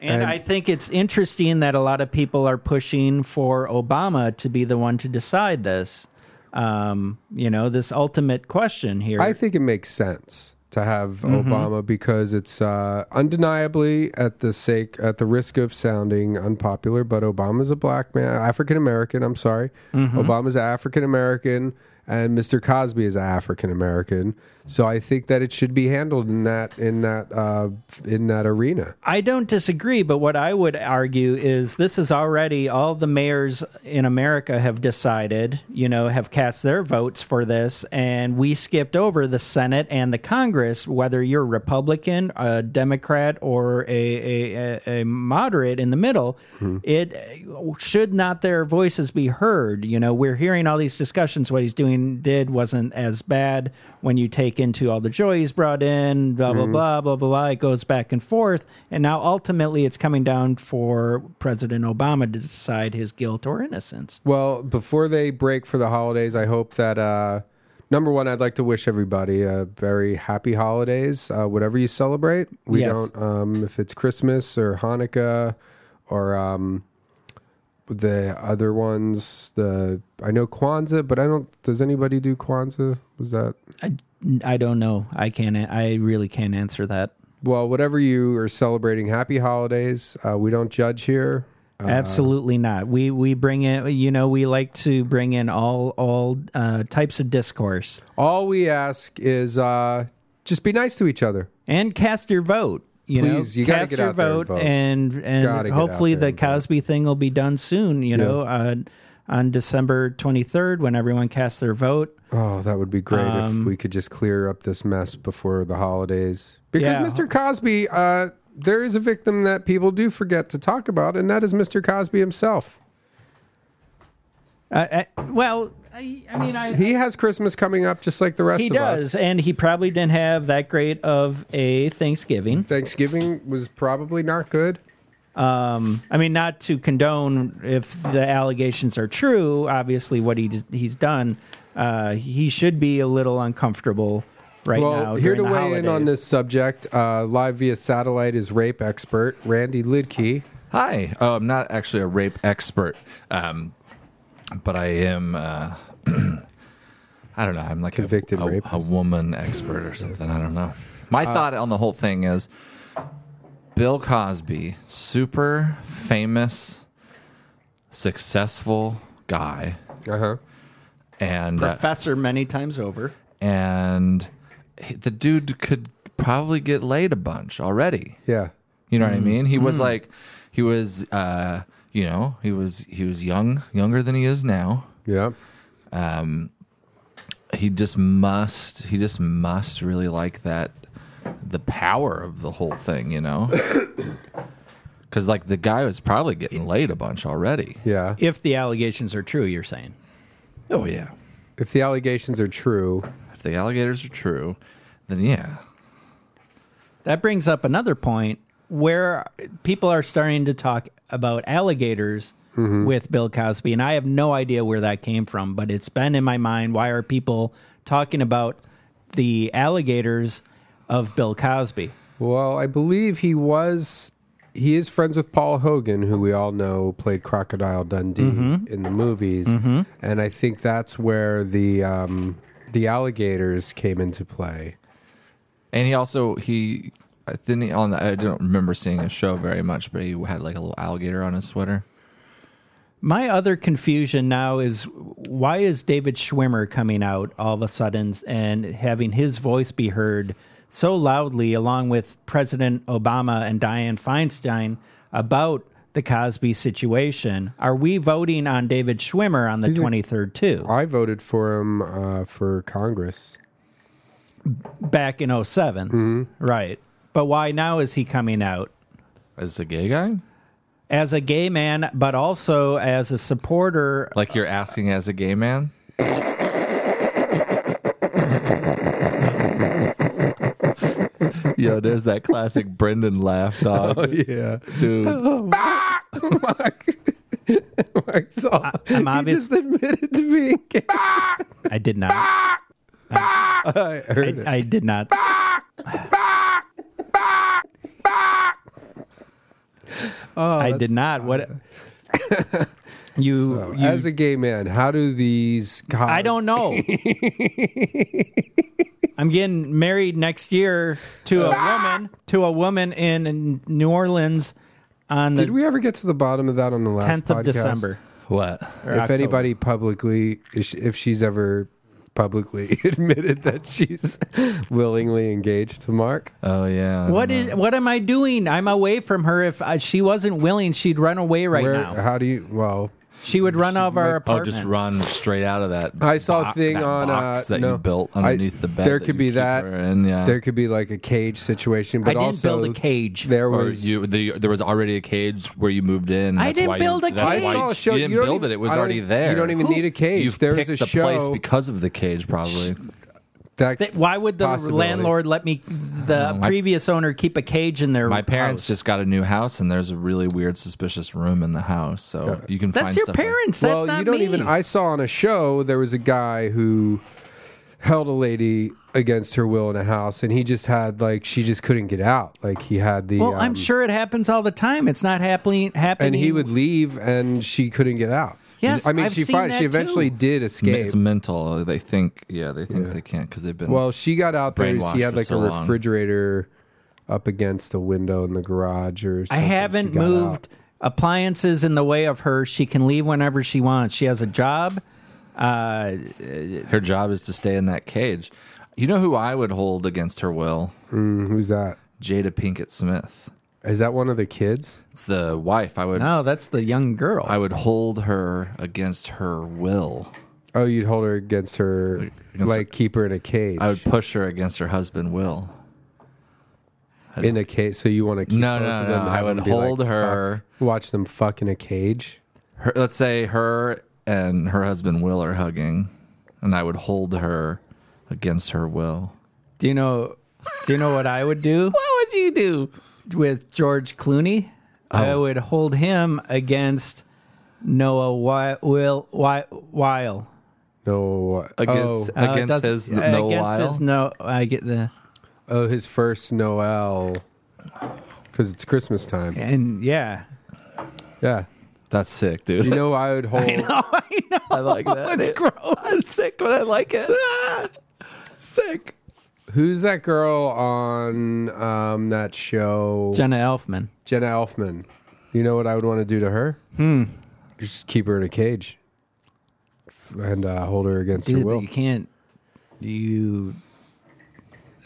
Speaker 3: and, I think it's interesting that a lot of people are pushing for Obama to be the one to decide this. Um, you know, this ultimate question here.
Speaker 8: I think it makes sense to have Obama because it's uh, undeniably at the sake at the risk of sounding unpopular, but Obama's a black man, African American. I'm sorry, Obama's African American, and Mr. Cosby is African American. So I think that it should be handled in that in that uh, in that arena.
Speaker 3: I don't disagree, but what I would argue is this is already all the mayors in America have decided, you know, have cast their votes for this, and we skipped over the Senate and the Congress. Whether you're Republican, a Democrat, or a a, a, a moderate in the middle, it uh, should not their voices be heard. You know, we're hearing all these discussions. What he's doing did wasn't as bad when you take into all the joy he's brought in. Blah blah blah blah blah blah. It goes back and forth, and now ultimately it's coming down for President Obama to decide his guilt or innocence.
Speaker 8: Well, before they break for the holidays, I hope that uh, number one, I'd like to wish everybody a very happy holidays, uh, whatever you celebrate. We
Speaker 3: Yes.
Speaker 8: don't, um, if it's Christmas or Hanukkah or um, the other ones, the I know Kwanzaa, but I don't. Does anybody do Kwanzaa? Was that
Speaker 3: I, I don't know. I can't. a- I really can't answer that.
Speaker 8: well? Whatever you are celebrating, happy holidays. Uh, we don't judge here.
Speaker 3: Absolutely not. We we bring in. You know, we like to bring in all all uh, types of discourse
Speaker 8: All we ask is uh, just be nice to each other.
Speaker 3: and cast your vote. You
Speaker 8: Please,
Speaker 3: know,
Speaker 8: you gotta
Speaker 3: cast
Speaker 8: get
Speaker 3: your
Speaker 8: out there and
Speaker 3: vote,
Speaker 8: vote.
Speaker 3: and and
Speaker 8: Gotta get out
Speaker 3: hopefully
Speaker 8: there
Speaker 3: the
Speaker 8: and vote.
Speaker 3: Cosby thing will be done soon. You know, uh, on December twenty third, when everyone casts their vote.
Speaker 8: Oh, that would be great
Speaker 3: Um,
Speaker 8: if we could just clear up this mess before the holidays. Because
Speaker 3: Yeah.
Speaker 8: Mr. Cosby, uh, there is a victim that people do forget to talk about, and that is Mr. Cosby himself.
Speaker 3: Uh, uh, well, I, I mean, I
Speaker 8: He has Christmas coming up just like the rest
Speaker 3: he
Speaker 8: of
Speaker 3: does,
Speaker 8: us.
Speaker 3: and he probably didn't have that great of a Thanksgiving.
Speaker 8: Thanksgiving was probably not good.
Speaker 3: I mean, not to condone if the allegations are true. Obviously, what he d- he's done, uh, he should be a little uncomfortable right
Speaker 8: well,
Speaker 3: now.
Speaker 8: here
Speaker 3: during
Speaker 8: to
Speaker 3: the
Speaker 8: weigh in on
Speaker 3: holidays.
Speaker 8: this subject, uh, live via satellite is rape expert Randy Lidkey.
Speaker 1: Hi. Oh, I'm not actually a rape expert, um, but I am. Uh, I don't know. I'm like a-
Speaker 8: Convicted
Speaker 1: a,
Speaker 8: rapist. Uh,
Speaker 1: a woman expert or something. I don't know. My thought on the whole thing is Bill Cosby, super famous, successful guy,
Speaker 8: Uh huh.
Speaker 1: and uh,
Speaker 3: professor many times over.
Speaker 1: and he- the dude could probably get laid a bunch already.
Speaker 8: Yeah.
Speaker 1: You know what I mean? He was like, He was, uh, you know, he was he was young, younger than he is now.
Speaker 8: Yeah.
Speaker 1: He just must, he just must really like that, the power of the whole thing, you know. Because like the guy was probably getting laid a bunch already.
Speaker 8: Yeah.
Speaker 3: If the allegations are true, you're saying.
Speaker 1: Oh yeah.
Speaker 8: If the allegations are true,
Speaker 1: If the alligators are true, then yeah,
Speaker 3: That brings up another point where people are starting to talk about alligators with Bill Cosby, and I have no idea where that came from, but it's been in my mind. Why are people talking about the alligators of Bill Cosby?
Speaker 8: well, I believe he was. He is friends with Paul Hogan, who we all know played Crocodile Dundee
Speaker 3: Mm-hmm.
Speaker 8: in the movies, and I think that's where the um, the alligators came into play.
Speaker 1: And he also he I think on the, I don't remember seeing a show very much, but he had like a little alligator on his sweater.
Speaker 3: My other confusion now is why is David Schwimmer coming out all of a sudden and having his voice be heard so loudly, along with President Obama and Dianne Feinstein, about the Cosby situation? Are we voting on David Schwimmer on the twenty third too?
Speaker 8: I voted for him uh, for Congress.
Speaker 3: Back in 7 right? But why now is he coming out?
Speaker 1: As a gay guy?
Speaker 3: As a gay man, but also as a supporter
Speaker 1: Like you're asking as a gay man? Yo, there's that classic Brendan laugh, dog.
Speaker 8: Oh, Yeah,
Speaker 1: Dude,
Speaker 3: Oh,
Speaker 8: Mark. Mark Saul.
Speaker 3: I'm
Speaker 8: he
Speaker 3: obvious-
Speaker 8: just admitted to being gay.
Speaker 3: I did not. I, I, I did not.
Speaker 8: Oh,
Speaker 3: I did not. What? you? you
Speaker 8: As a gay man, how do these? Cos-
Speaker 3: I don't know. I'm getting married next year to a woman to a woman in New Orleans on
Speaker 8: Did
Speaker 3: the
Speaker 8: we ever get to the bottom of that on the last
Speaker 3: 10th
Speaker 8: podcast?
Speaker 3: of December.
Speaker 1: what?
Speaker 3: or
Speaker 8: If
Speaker 3: October.
Speaker 8: anybody publicly, if she's ever publicly admitted that she's willingly engaged to Mark,
Speaker 1: Oh yeah. I
Speaker 3: What
Speaker 1: don't
Speaker 8: Uh-huh.
Speaker 3: is? What am I doing? I'm away from her. If uh she wasn't willing, she'd run away right
Speaker 8: where?
Speaker 3: now.
Speaker 8: How do you? Well,
Speaker 3: She would run off our
Speaker 1: know. Oh,
Speaker 3: apartment.
Speaker 1: just run straight out of that.
Speaker 8: I saw
Speaker 1: bo-
Speaker 8: a thing
Speaker 1: that
Speaker 8: on
Speaker 1: box
Speaker 8: uh,
Speaker 1: that
Speaker 8: no,
Speaker 1: you built
Speaker 8: I-
Speaker 1: underneath the bed.
Speaker 8: There
Speaker 1: that
Speaker 8: could
Speaker 1: you
Speaker 8: be
Speaker 1: keep
Speaker 8: that.
Speaker 1: her in, yeah.
Speaker 8: There could be like a cage situation,
Speaker 3: I
Speaker 8: but
Speaker 3: didn't
Speaker 8: also
Speaker 3: build a cage.
Speaker 8: There
Speaker 1: Or
Speaker 8: was
Speaker 1: you, the, there was already a cage where you moved in.
Speaker 3: I
Speaker 1: That's
Speaker 3: didn't
Speaker 1: why
Speaker 3: build
Speaker 1: you,
Speaker 3: a
Speaker 1: that's
Speaker 3: cage.
Speaker 1: why
Speaker 3: I saw
Speaker 8: a show-
Speaker 1: You didn't
Speaker 8: you don't
Speaker 1: build
Speaker 8: even-
Speaker 1: it. It was
Speaker 8: I don't
Speaker 1: already
Speaker 8: even-
Speaker 1: there.
Speaker 8: you don't even need a cage.
Speaker 1: You've
Speaker 8: There was
Speaker 1: picked
Speaker 8: a
Speaker 1: the place
Speaker 8: show-
Speaker 1: because of the cage, probably.
Speaker 8: that.
Speaker 3: Th- Why would the
Speaker 8: possibility.
Speaker 3: landlord let me, the
Speaker 1: my-
Speaker 3: previous owner, keep a cage in their?
Speaker 1: My parents
Speaker 3: house?
Speaker 1: just got a new house, and there's a really weird, suspicious room in the house. So you can find
Speaker 3: That's your
Speaker 1: stuff like-
Speaker 3: parents.
Speaker 8: Well,
Speaker 3: That's not
Speaker 8: you don't
Speaker 3: me.
Speaker 8: even. I saw on a show there was a guy who held a lady against her will in a house, and he just had like she just couldn't get out. Like he had the.
Speaker 3: well,
Speaker 8: um,
Speaker 3: I'm sure it happens all the time. It's not happening. Happening.
Speaker 8: and he would leave and she couldn't get out.
Speaker 3: Yes,
Speaker 8: I mean
Speaker 3: I've
Speaker 8: she
Speaker 3: seen
Speaker 8: fin-
Speaker 3: that
Speaker 8: she eventually
Speaker 3: too.
Speaker 8: did
Speaker 1: It's
Speaker 8: escape.
Speaker 1: mental. They think, yeah, they think they can't because they've been.
Speaker 8: Well, she got out there.
Speaker 1: Brainwashed
Speaker 8: She had
Speaker 1: for
Speaker 8: like
Speaker 1: so
Speaker 8: a
Speaker 1: long.
Speaker 8: refrigerator up against a window in the garage or
Speaker 3: I
Speaker 8: something.
Speaker 3: haven't
Speaker 8: She got
Speaker 3: moved
Speaker 8: out.
Speaker 3: appliances in the way of her. She can leave whenever she wants. She has a job. Uh,
Speaker 1: her job is to stay in that cage. You know who I would hold against her will?
Speaker 8: Who's that?
Speaker 1: Jada Pinkett Smith.
Speaker 8: Is that one of the kids?
Speaker 1: It's the wife. I would.
Speaker 3: no, that's the young girl.
Speaker 1: I would hold her against her will.
Speaker 8: Oh, you'd hold her against her,
Speaker 1: Against
Speaker 8: like keep her in a cage.
Speaker 1: I would push her against her husband, Will.
Speaker 8: in a cage. So you want to keep
Speaker 1: No,
Speaker 8: both
Speaker 1: no,
Speaker 8: of them?
Speaker 1: no,
Speaker 8: have
Speaker 1: I would
Speaker 8: them be like,
Speaker 1: hold her-
Speaker 8: "Fuck," watch them fuck in a cage.
Speaker 1: Her, let's say her and her husband Will are hugging, and I would hold her against her will.
Speaker 3: do you know? Do you know what I would do? what would you do with George Clooney? I would hold him against Noah Wi- Will Wi- Weil.
Speaker 8: No, oh,
Speaker 1: Against-
Speaker 3: it doesn't-
Speaker 1: his
Speaker 3: uh,
Speaker 1: Noel
Speaker 3: against
Speaker 1: Weil?
Speaker 3: his no. I get the
Speaker 8: oh, his first Noel because it's Christmas time.
Speaker 3: and yeah.
Speaker 8: yeah.
Speaker 1: That's sick, dude.
Speaker 8: You know, I would hold.
Speaker 3: Oh, I know. I like that. It's gross. sick, but I like it. sick.
Speaker 8: Who's that girl on um, that show?
Speaker 3: Jenna Elfman.
Speaker 8: Jenna Elfman. You know what I would want to do to her? Hmm. Just keep her in a cage F- and uh, hold her against her
Speaker 3: Dude,
Speaker 8: will.
Speaker 3: you can't. You.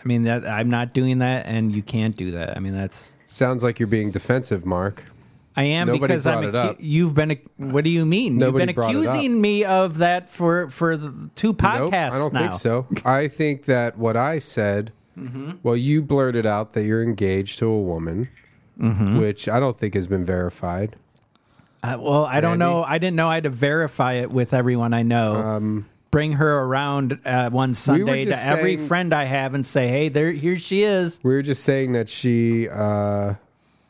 Speaker 3: I mean that I'm not doing that, and you can't do that. I mean that's
Speaker 8: Sounds like you're being defensive, Mark.
Speaker 3: I am
Speaker 8: Nobody
Speaker 3: because I'm.
Speaker 8: brought it
Speaker 3: acu-
Speaker 8: up.
Speaker 3: You've been. ac- What do you mean?
Speaker 8: Nobody
Speaker 3: You've been
Speaker 8: brought it
Speaker 3: accusing me of that for for the two podcasts
Speaker 8: Nope, I don't
Speaker 3: now.
Speaker 8: think so. I think that what I said, well, you blurted out that you're engaged to a woman,
Speaker 3: Mm-hmm.
Speaker 8: which I don't think has been verified.
Speaker 3: Uh, well, I don't
Speaker 8: Randy?
Speaker 3: know. I didn't know I had to verify it with everyone I know. Bring her around uh, one Sunday to
Speaker 8: Um, just
Speaker 3: every
Speaker 8: saying-
Speaker 3: friend I have and say, "Hey, there, here she is."
Speaker 8: We were just saying that she uh,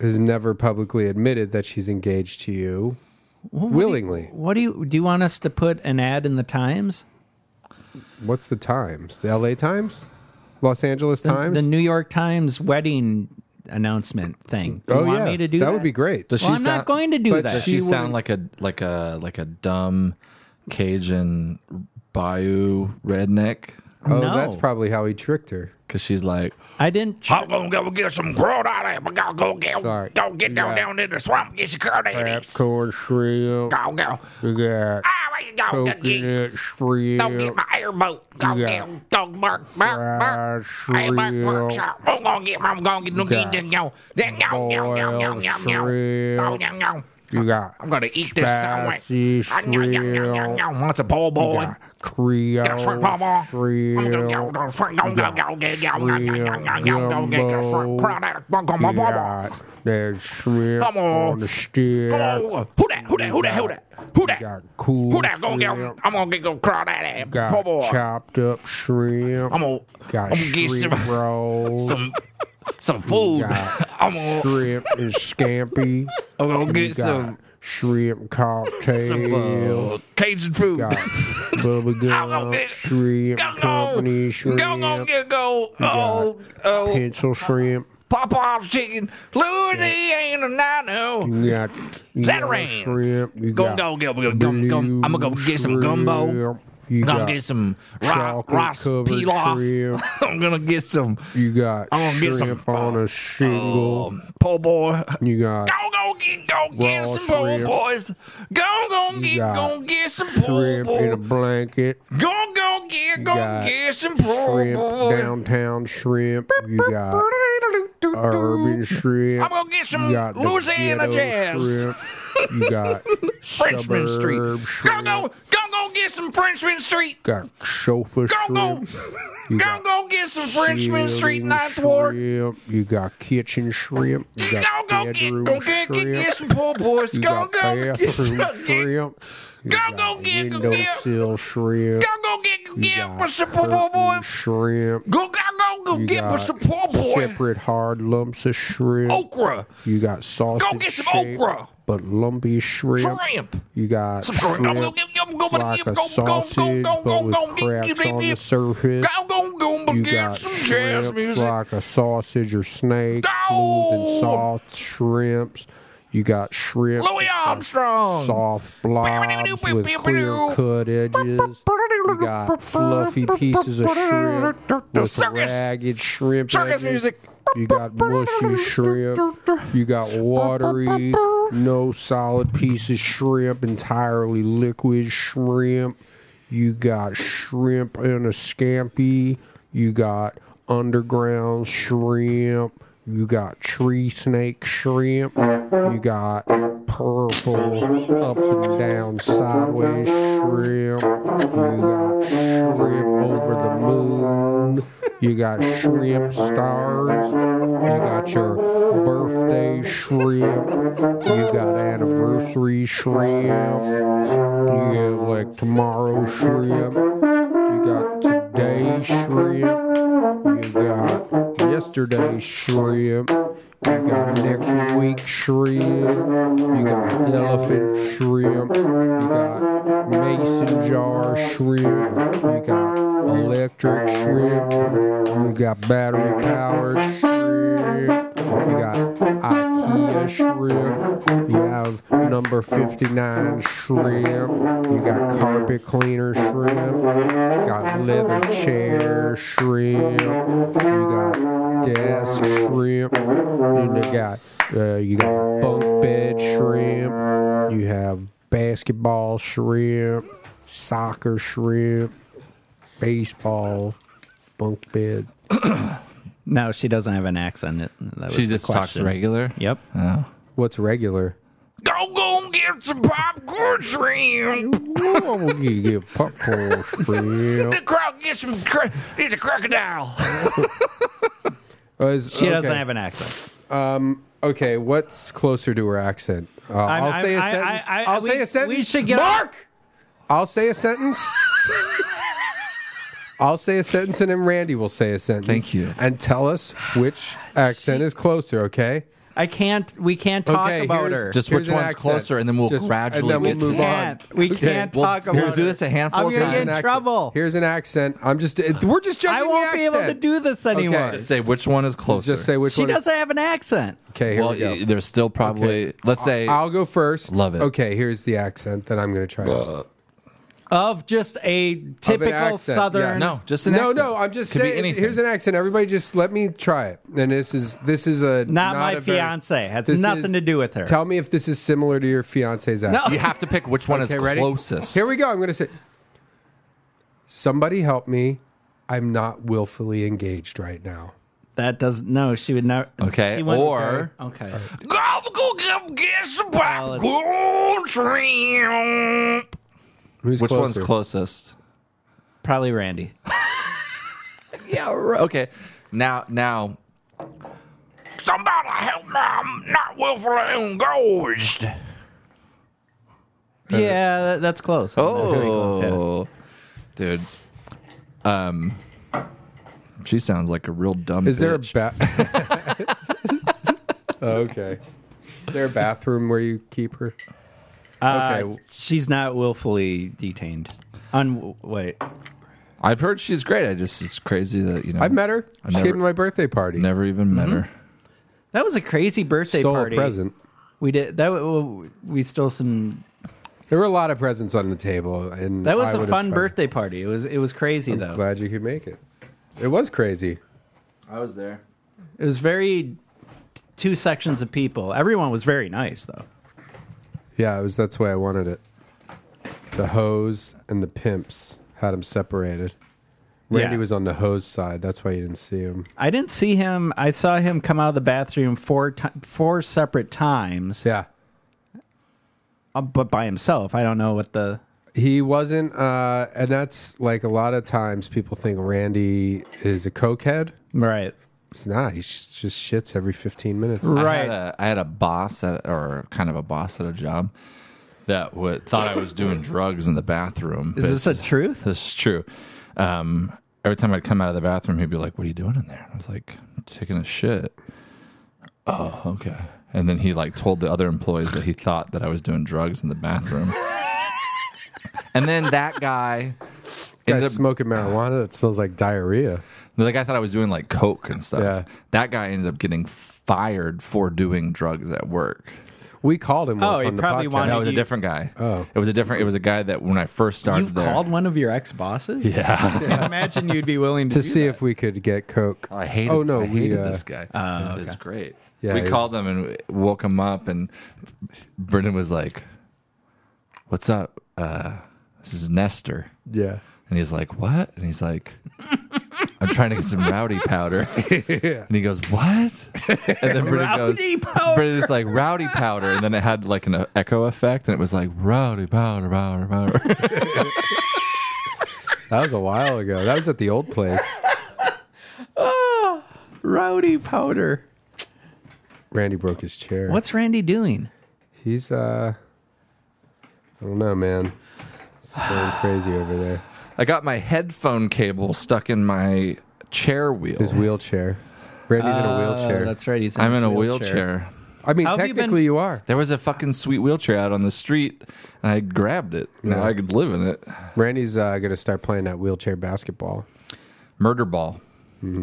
Speaker 8: has never publicly admitted that she's engaged to you willingly.
Speaker 3: What do you do? You want us to put an ad in the Times,
Speaker 8: What's the times? The L.A. Times, Los Angeles Times.
Speaker 3: the New York Times wedding announcement thing? Do you
Speaker 8: oh
Speaker 3: want
Speaker 8: yeah,
Speaker 3: me to do that?
Speaker 8: would be great.
Speaker 1: Does
Speaker 3: Well,
Speaker 1: she
Speaker 3: I'm
Speaker 1: sound,
Speaker 3: not going to do
Speaker 8: but
Speaker 3: that.
Speaker 1: Does she
Speaker 8: She
Speaker 1: sound
Speaker 8: wouldn't-
Speaker 1: like a like a like a dumb Cajun bayou redneck?
Speaker 8: oh,
Speaker 3: No.
Speaker 8: that's probably how he tricked her.
Speaker 1: Because she's like,
Speaker 3: I didn't.
Speaker 2: I'm gonna go get some crawdad. I'm gonna go get,
Speaker 8: Sorry.
Speaker 2: go get down down in the swamp, get your crawdaddies.
Speaker 8: corn shrimp.
Speaker 2: Go go.
Speaker 8: You got
Speaker 2: Ah, where you go? Go get, go get
Speaker 8: shrimp.
Speaker 2: my airboat. Go
Speaker 8: Yeah.
Speaker 2: down, go bark, bark, bark.
Speaker 8: Fried
Speaker 2: Hey, bark, bark,
Speaker 8: shrimp.
Speaker 2: shop. I'm gonna get, I'm gonna get,
Speaker 8: Got
Speaker 2: get, get, go. Then go, go, go, go, go, go. Go, go, go.
Speaker 8: You got
Speaker 2: I'm gonna eat this sandwich.
Speaker 8: Spicy
Speaker 2: Ah, yum, yum, yum, yum, yum. Wants a po' boy.
Speaker 8: Creole
Speaker 2: Get a shrimp, mama. I'm gonna go, go, shrimp, go, go, go, get, go, go, go, go, go, go, go, get your shrimp crawdad. Go, go, go, go, go.
Speaker 8: There's shrimp
Speaker 2: Come on. on the
Speaker 8: stick.
Speaker 2: Oh, who that? Who that? Who that? Who that? Who that?
Speaker 8: cool
Speaker 2: Who that gonna get? I'm gonna get go crawl that ass. Poor boy.
Speaker 8: chopped up shrimp.
Speaker 2: I'm gonna, I'm gonna get some,
Speaker 8: rolls.
Speaker 2: some, some food.
Speaker 8: got
Speaker 2: I'm gonna,
Speaker 8: shrimp and scampi.
Speaker 2: I'm gonna
Speaker 8: You
Speaker 2: get
Speaker 8: got
Speaker 2: some,
Speaker 8: shrimp
Speaker 2: some
Speaker 8: cocktail.
Speaker 2: uh, Cajun food.
Speaker 8: Got bubble
Speaker 2: I'm gonna
Speaker 8: gum
Speaker 2: get,
Speaker 8: shrimp
Speaker 2: go,
Speaker 8: company
Speaker 2: go,
Speaker 8: shrimp.
Speaker 2: go, go, get go, oh, oh,
Speaker 8: Pencil shrimp.
Speaker 2: Popeye's chicken, Louisiana Nino.
Speaker 8: You got yellow
Speaker 2: Zatarain.
Speaker 8: shrimp. You
Speaker 2: Go,
Speaker 8: got
Speaker 2: go, go, go, gum, gum. I'm gonna go get some gumbo.
Speaker 8: shrimp. You
Speaker 2: I'm
Speaker 8: got
Speaker 2: gonna get some ri-
Speaker 8: chocolate
Speaker 2: rice
Speaker 8: covered
Speaker 2: pilaf.
Speaker 8: shrimp.
Speaker 2: I'm gonna get some.
Speaker 8: You got
Speaker 2: I'm gonna get some
Speaker 8: shrimp on
Speaker 2: uh,
Speaker 8: a shingle.
Speaker 2: Um, po' boy.
Speaker 8: you got
Speaker 2: Go go get go get
Speaker 8: Raw
Speaker 2: some po'
Speaker 8: shrimp.
Speaker 2: boys. Go go get
Speaker 8: got
Speaker 2: go get some po'
Speaker 8: shrimp in a
Speaker 2: boy.
Speaker 8: blanket.
Speaker 2: Go go get
Speaker 8: You
Speaker 2: go
Speaker 8: got
Speaker 2: get some
Speaker 8: shrimp,
Speaker 2: po' boy.
Speaker 8: downtown shrimp. You got urban shrimp.
Speaker 2: I'm gonna get some
Speaker 8: you got the
Speaker 2: Louisiana
Speaker 8: ghetto
Speaker 2: jazz.
Speaker 8: Shrimp. You got
Speaker 2: Frenchman Street.
Speaker 8: suburb
Speaker 2: Go
Speaker 8: Shrimp.
Speaker 2: go go go get some Frenchman Street.
Speaker 8: Got sofa
Speaker 2: Go go
Speaker 8: shrimp. You
Speaker 2: go
Speaker 8: got
Speaker 2: go get some Frenchman Street
Speaker 8: ceiling
Speaker 2: Ninth Ward.
Speaker 8: shrimp. You got kitchen shrimp. You
Speaker 2: Go
Speaker 8: got
Speaker 2: go get
Speaker 8: bedroom
Speaker 2: go get get,
Speaker 8: shrimp.
Speaker 2: get some po' boys.
Speaker 8: You
Speaker 2: Go
Speaker 8: got
Speaker 2: go get
Speaker 8: bathroom
Speaker 2: get
Speaker 8: shrimp. You
Speaker 2: Go,
Speaker 8: got
Speaker 2: go, get, go, get.
Speaker 8: windowsill shrimp.
Speaker 2: Go go get
Speaker 8: You
Speaker 2: get
Speaker 8: got
Speaker 2: with some poor boy.
Speaker 8: curtain shrimp.
Speaker 2: Go go go go
Speaker 8: You
Speaker 2: get with
Speaker 8: got
Speaker 2: some poor boy.
Speaker 8: Separate hard lumps of shrimp.
Speaker 2: Okra,
Speaker 8: You got sausage.
Speaker 2: get some
Speaker 8: shaped,
Speaker 2: okra.
Speaker 8: But lumpy shrimp.
Speaker 2: shrimp.
Speaker 8: You got
Speaker 2: Some
Speaker 8: shrimp.
Speaker 2: shrimp. Go, go, go, go, go,
Speaker 8: it's like
Speaker 2: go,
Speaker 8: a
Speaker 2: go, go,
Speaker 8: sausage,
Speaker 2: go, go,
Speaker 8: but with
Speaker 2: go, get-
Speaker 8: cracks
Speaker 2: get-
Speaker 8: on the
Speaker 2: get-
Speaker 8: surface.
Speaker 2: Go go go
Speaker 8: You
Speaker 2: but get
Speaker 8: got
Speaker 2: some jazz
Speaker 8: shrimps
Speaker 2: music.
Speaker 8: like a sausage or snake, smooth and
Speaker 2: Go!
Speaker 8: soft shrimps. You got shrimp,
Speaker 2: Louis
Speaker 8: with
Speaker 2: Armstrong.
Speaker 8: soft blobs with clear cut edges. You got fluffy pieces of shrimp with
Speaker 2: Circus.
Speaker 8: ragged shrimp
Speaker 2: Circus
Speaker 8: edges.
Speaker 2: music.
Speaker 8: You got mushy shrimp. You got watery, no solid pieces shrimp, entirely liquid shrimp. You got shrimp in a scampi. You got underground shrimp. You got tree snake shrimp. You got purple up and down sideways shrimp. You got shrimp over the moon. You got shrimp stars. You got your birthday shrimp. You got anniversary shrimp. You got like tomorrow shrimp. You got today shrimp. You got yesterday shrimp. You got next week shrimp. You got elephant shrimp. You got mason jar shrimp. You got electric shrimp. You got battery powered shrimp. You got IKEA shrimp. You have number 59 shrimp. You got carpet cleaner shrimp. You got leather chair shrimp. You got desk shrimp. And you got uh, you got bunk bed shrimp. You have basketball shrimp, soccer shrimp, baseball bunk bed.
Speaker 3: No, she doesn't have an accent. It- That was
Speaker 1: she
Speaker 3: the
Speaker 1: just talks
Speaker 3: question.
Speaker 1: regular.
Speaker 3: Yep.
Speaker 1: Oh.
Speaker 8: What's regular?
Speaker 2: Go go get some popcorn shrimp.
Speaker 8: Oh, you get popcorn shrimp.
Speaker 2: The croc get some. Cro- it's a crocodile.
Speaker 8: Oh, is-
Speaker 3: She
Speaker 8: okay. Um,
Speaker 3: doesn't have an accent.
Speaker 8: Okay, what's closer to her accent? Uh, I'll
Speaker 3: I'm-
Speaker 8: say a
Speaker 3: I- I-
Speaker 8: sentence.
Speaker 3: I- I-
Speaker 8: will
Speaker 3: we-
Speaker 8: say a sentence.
Speaker 3: we should get-
Speaker 8: Mark. I'll say a sentence. I'll say a sentence, and then Randy will say a sentence.
Speaker 1: Thank you.
Speaker 8: And tell us which accent is closer. Okay.
Speaker 3: I can't. We can't talk
Speaker 8: Okay,
Speaker 3: about
Speaker 8: here's-
Speaker 3: her.
Speaker 1: Just
Speaker 8: Here's
Speaker 1: which
Speaker 8: an
Speaker 1: one's
Speaker 8: accent.
Speaker 1: closer, and then we'll
Speaker 8: Just- and
Speaker 1: gradually
Speaker 8: then we'll
Speaker 1: get
Speaker 8: move
Speaker 1: to
Speaker 8: on.
Speaker 3: can't. We
Speaker 8: Okay,
Speaker 3: can't
Speaker 1: we'll-
Speaker 3: talk
Speaker 1: we'll
Speaker 3: about.
Speaker 1: do
Speaker 3: her.
Speaker 1: this a handful
Speaker 3: I'm
Speaker 1: of
Speaker 3: gonna
Speaker 1: times.
Speaker 3: get
Speaker 8: An
Speaker 3: in
Speaker 8: accent.
Speaker 3: trouble.
Speaker 8: Here's an accent. I'm just. it- We're just judging.
Speaker 3: I
Speaker 8: the
Speaker 3: won't be able to
Speaker 8: accent.
Speaker 3: do this anymore.
Speaker 8: Okay.
Speaker 1: Just say which one is closer.
Speaker 8: Just say which
Speaker 3: She
Speaker 8: one. is-
Speaker 3: doesn't have an accent.
Speaker 8: Okay. Here
Speaker 1: Well,
Speaker 8: we go.
Speaker 1: y- there's still probably. Let's say.
Speaker 8: I'll go first.
Speaker 1: Love it.
Speaker 8: Okay, here's the accent that I'm going to try. out.
Speaker 3: Of just a typical
Speaker 8: accent,
Speaker 3: southern.
Speaker 8: yes.
Speaker 1: no, just an
Speaker 8: no,
Speaker 1: accent.
Speaker 8: no. I'm just
Speaker 1: Could be
Speaker 8: saying.
Speaker 1: anything.
Speaker 8: Here's an accent. Everybody, just let me try it. And this is this is a
Speaker 3: Not my
Speaker 8: a very-
Speaker 3: fiance. Has
Speaker 8: this
Speaker 3: nothing to do with her.
Speaker 8: Tell me if this is similar to your fiance's accent.
Speaker 1: You have to pick which one
Speaker 8: Okay,
Speaker 1: is
Speaker 8: ready?
Speaker 1: closest.
Speaker 8: Here we go. I'm going to say, "Somebody help me. I'm not willfully engaged right now."
Speaker 3: That does no. She would never.
Speaker 1: Okay,
Speaker 3: She wouldn't-
Speaker 1: or-
Speaker 3: okay.
Speaker 2: go go get, get some
Speaker 3: Well, it's-
Speaker 2: popcorn shrimp.
Speaker 8: Who's
Speaker 1: Which
Speaker 8: closer?
Speaker 1: one's closest?
Speaker 3: Probably Randy.
Speaker 1: Yeah. Right. Okay. Now, now,
Speaker 2: Somebody help me! I'm not willfully engaged.
Speaker 3: yeah, that, that's close. That's pretty close, yeah.
Speaker 1: Oh, dude. Um, she sounds like a real dumb.
Speaker 8: Is there a
Speaker 1: bitch.
Speaker 8: bath? okay. Is there a bathroom where you keep her?
Speaker 3: Uh,
Speaker 8: Okay.
Speaker 3: she's not willfully detained. Un wait.
Speaker 1: I've heard she's great. I just it's crazy that you know
Speaker 8: I've met her. Mm-hmm.
Speaker 1: I
Speaker 8: she
Speaker 1: never-
Speaker 8: came to my birthday party.
Speaker 1: Never even met her.
Speaker 3: That was a crazy birthday
Speaker 8: Stole
Speaker 3: party.
Speaker 8: a present.
Speaker 3: We did that. wa- We stole some.
Speaker 8: There were a lot of presents on the table, and
Speaker 3: That was
Speaker 8: a
Speaker 3: a fun birthday party. It was it was crazy though.
Speaker 8: Glad you could make it. It was crazy.
Speaker 1: I was there.
Speaker 3: It was very two sections of people. Everyone was very nice though.
Speaker 8: Yeah, it was. That's why I wanted it. The hoes and the pimps had them separated. Randy
Speaker 3: Yeah.
Speaker 8: was on the hose side. That's why you didn't see him.
Speaker 3: I didn't see him. I saw him come out of the bathroom four ti four separate times,
Speaker 8: Yeah,
Speaker 3: uh, but by himself. I don't know what the
Speaker 8: he wasn't. Uh, and that's like a lot of times people think Randy is a cokehead.
Speaker 3: right.
Speaker 8: He's not. He sh- just shits every fifteen minutes.
Speaker 1: I had
Speaker 3: Right.
Speaker 1: a, I had a boss at, or kind of a boss at a job that w- thought I was doing drugs in the bathroom.
Speaker 3: Is this
Speaker 1: but-
Speaker 3: a truth?
Speaker 1: This is true. Um, every time I'd come out of the bathroom, he'd be like, "What are you doing in there?" And I was like, "I'm "Taking a shit." Oh, okay. And then he like told the other employees that he thought that I was doing drugs in the bathroom. and then that guy
Speaker 8: Guys
Speaker 1: ended up
Speaker 8: smoking marijuana that smells like diarrhea.
Speaker 1: the guy thought I was doing like coke and stuff.
Speaker 8: Yeah.
Speaker 1: That guy ended up getting fired for doing drugs at work.
Speaker 8: We called him.
Speaker 3: Oh,
Speaker 8: Once
Speaker 3: he
Speaker 8: on the
Speaker 3: probably
Speaker 8: podcast.
Speaker 3: wanted-
Speaker 1: No, it was a
Speaker 3: you-
Speaker 1: different guy.
Speaker 8: Oh.
Speaker 1: It was a different it was a guy that when I first started
Speaker 3: You've
Speaker 1: there.
Speaker 3: called one of your ex bosses? Yeah. imagine you'd be willing to,
Speaker 8: to
Speaker 3: do
Speaker 8: see
Speaker 3: that.
Speaker 8: if we could get coke.
Speaker 1: I hated.
Speaker 8: Oh no,
Speaker 1: I
Speaker 8: we,
Speaker 1: hated
Speaker 8: uh,
Speaker 1: this guy.
Speaker 3: Ah,
Speaker 1: It was great.
Speaker 8: Yeah,
Speaker 1: we
Speaker 8: he-
Speaker 1: called them and woke him up, and Brendan was like, "What's up? Uh, this is Nestor."
Speaker 8: Yeah.
Speaker 1: And he's like, "What?" And he's like, "I'm trying to get some rowdy powder." And he goes, "What?" And then Brendan goes,
Speaker 3: Rowdy powder.
Speaker 1: "Brendan's like rowdy powder," and then it had like an echo effect, and it was like rowdy powder, powder, powder.
Speaker 8: That was a while ago. That was at the old place.
Speaker 3: Rowdy powder.
Speaker 8: Randy broke his chair.
Speaker 3: What's Randy doing?
Speaker 8: He's uh I don't know, man. It's going crazy over there.
Speaker 1: I got my headphone cable stuck in my chair wheel.
Speaker 8: His wheelchair. Randy's in a wheelchair.
Speaker 3: Uh, Oh, that's right. He's in
Speaker 1: I'm
Speaker 3: his
Speaker 1: in a wheelchair.
Speaker 8: I mean,
Speaker 3: How have you
Speaker 8: technically
Speaker 3: been-
Speaker 8: you, are.
Speaker 1: There was a fucking sweet wheelchair out on the street, and I grabbed it. Now
Speaker 8: Yeah.
Speaker 1: I could live in it.
Speaker 8: Randy's uh, going to start playing that wheelchair basketball.
Speaker 1: Murder ball.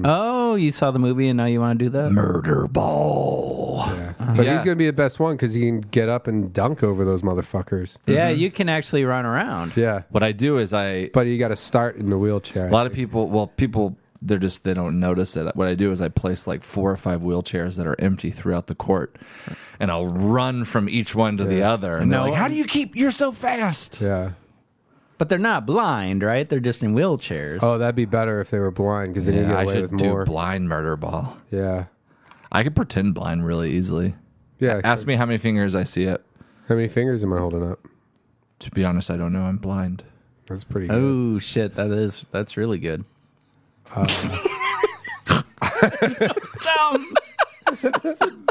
Speaker 3: Oh, you saw the movie and now you want to do that?
Speaker 1: Murder ball.
Speaker 8: But
Speaker 1: Uh-huh. Yeah.
Speaker 8: he's going to be the best one cuz he can get up and dunk over those motherfuckers.
Speaker 3: Yeah, you can actually run around.
Speaker 8: Mm-hmm. Yeah.
Speaker 1: What I do is I.
Speaker 8: But you got to start in the wheelchair.
Speaker 1: a lot of people. Well, people. They're just they don't notice it. What I do is I place like four or five wheelchairs that are empty throughout the court, and I'll run from each one to the other. And
Speaker 3: No.
Speaker 1: they're like, "How do you keep? You're so fast."
Speaker 8: yeah.
Speaker 3: But they're not blind, right? They're just in wheelchairs.
Speaker 8: Oh, that'd be better if they were blind cuz then you
Speaker 1: Yeah,
Speaker 8: get
Speaker 1: I
Speaker 8: away with
Speaker 1: should do
Speaker 8: more.
Speaker 1: blind murder ball.
Speaker 8: yeah.
Speaker 1: I could pretend blind really easily.
Speaker 8: Yeah.
Speaker 1: Ask me how many fingers I see it.
Speaker 8: How many fingers am I holding up?
Speaker 1: To be honest, I don't know. I'm blind.
Speaker 8: That's pretty good.
Speaker 3: Oh shit, that is that's really good.
Speaker 8: Um,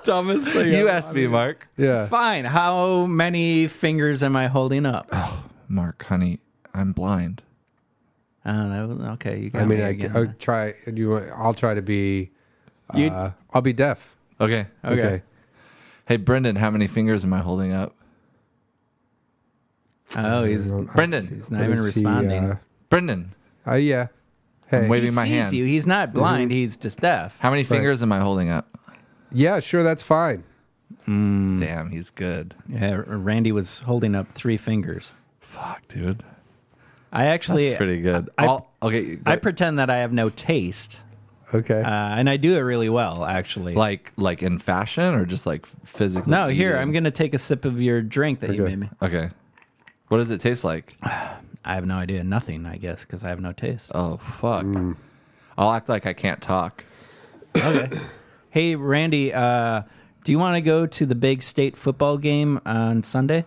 Speaker 9: Dumbest thing.
Speaker 1: You asked me, Mark.
Speaker 8: Yeah.
Speaker 3: Fine. How many fingers am I holding up? Oh,
Speaker 1: Mark, honey, I'm blind.
Speaker 3: that was, okay. You got
Speaker 8: I mean,
Speaker 3: me
Speaker 8: I,
Speaker 3: again.
Speaker 8: I'll try. Do you, want- I'll try to be.
Speaker 3: You-
Speaker 8: Uh, I'll be deaf.
Speaker 1: Okay.
Speaker 3: Okay.
Speaker 1: Hey, Brendan, how many fingers am I holding up?
Speaker 3: oh, he's
Speaker 1: Brendan.
Speaker 3: he's not
Speaker 8: What
Speaker 3: even
Speaker 8: is he,
Speaker 3: responding.
Speaker 8: uh,
Speaker 1: Brendan,
Speaker 8: uh, yeah. Hey.
Speaker 1: waving
Speaker 3: he
Speaker 1: my
Speaker 3: sees
Speaker 1: hand.
Speaker 3: you. He's not blind. He's just deaf.
Speaker 1: How many fingers am I holding up?
Speaker 8: Yeah, sure. That's fine.
Speaker 1: Damn, he's good.
Speaker 3: Yeah, R- Randy was holding up three fingers.
Speaker 1: Fuck, dude.
Speaker 3: I actually
Speaker 1: That's pretty good.
Speaker 3: I-
Speaker 1: I'll- okay.
Speaker 3: I
Speaker 1: but
Speaker 3: pretend that I have no taste,
Speaker 8: Okay.
Speaker 3: uh, and I do it really well, actually.
Speaker 1: like like in fashion or just like physically?
Speaker 3: no, here
Speaker 1: eating?
Speaker 3: I'm gonna take a sip of your drink that you
Speaker 8: Okay.
Speaker 3: made me.
Speaker 1: Okay. What does it taste like?
Speaker 3: I have no idea, nothing, I guess, because I have no taste.
Speaker 1: Oh fuck. I'll act like I can't talk.
Speaker 3: Hey, Randy, uh, do you want to go to the big state football game on Sunday?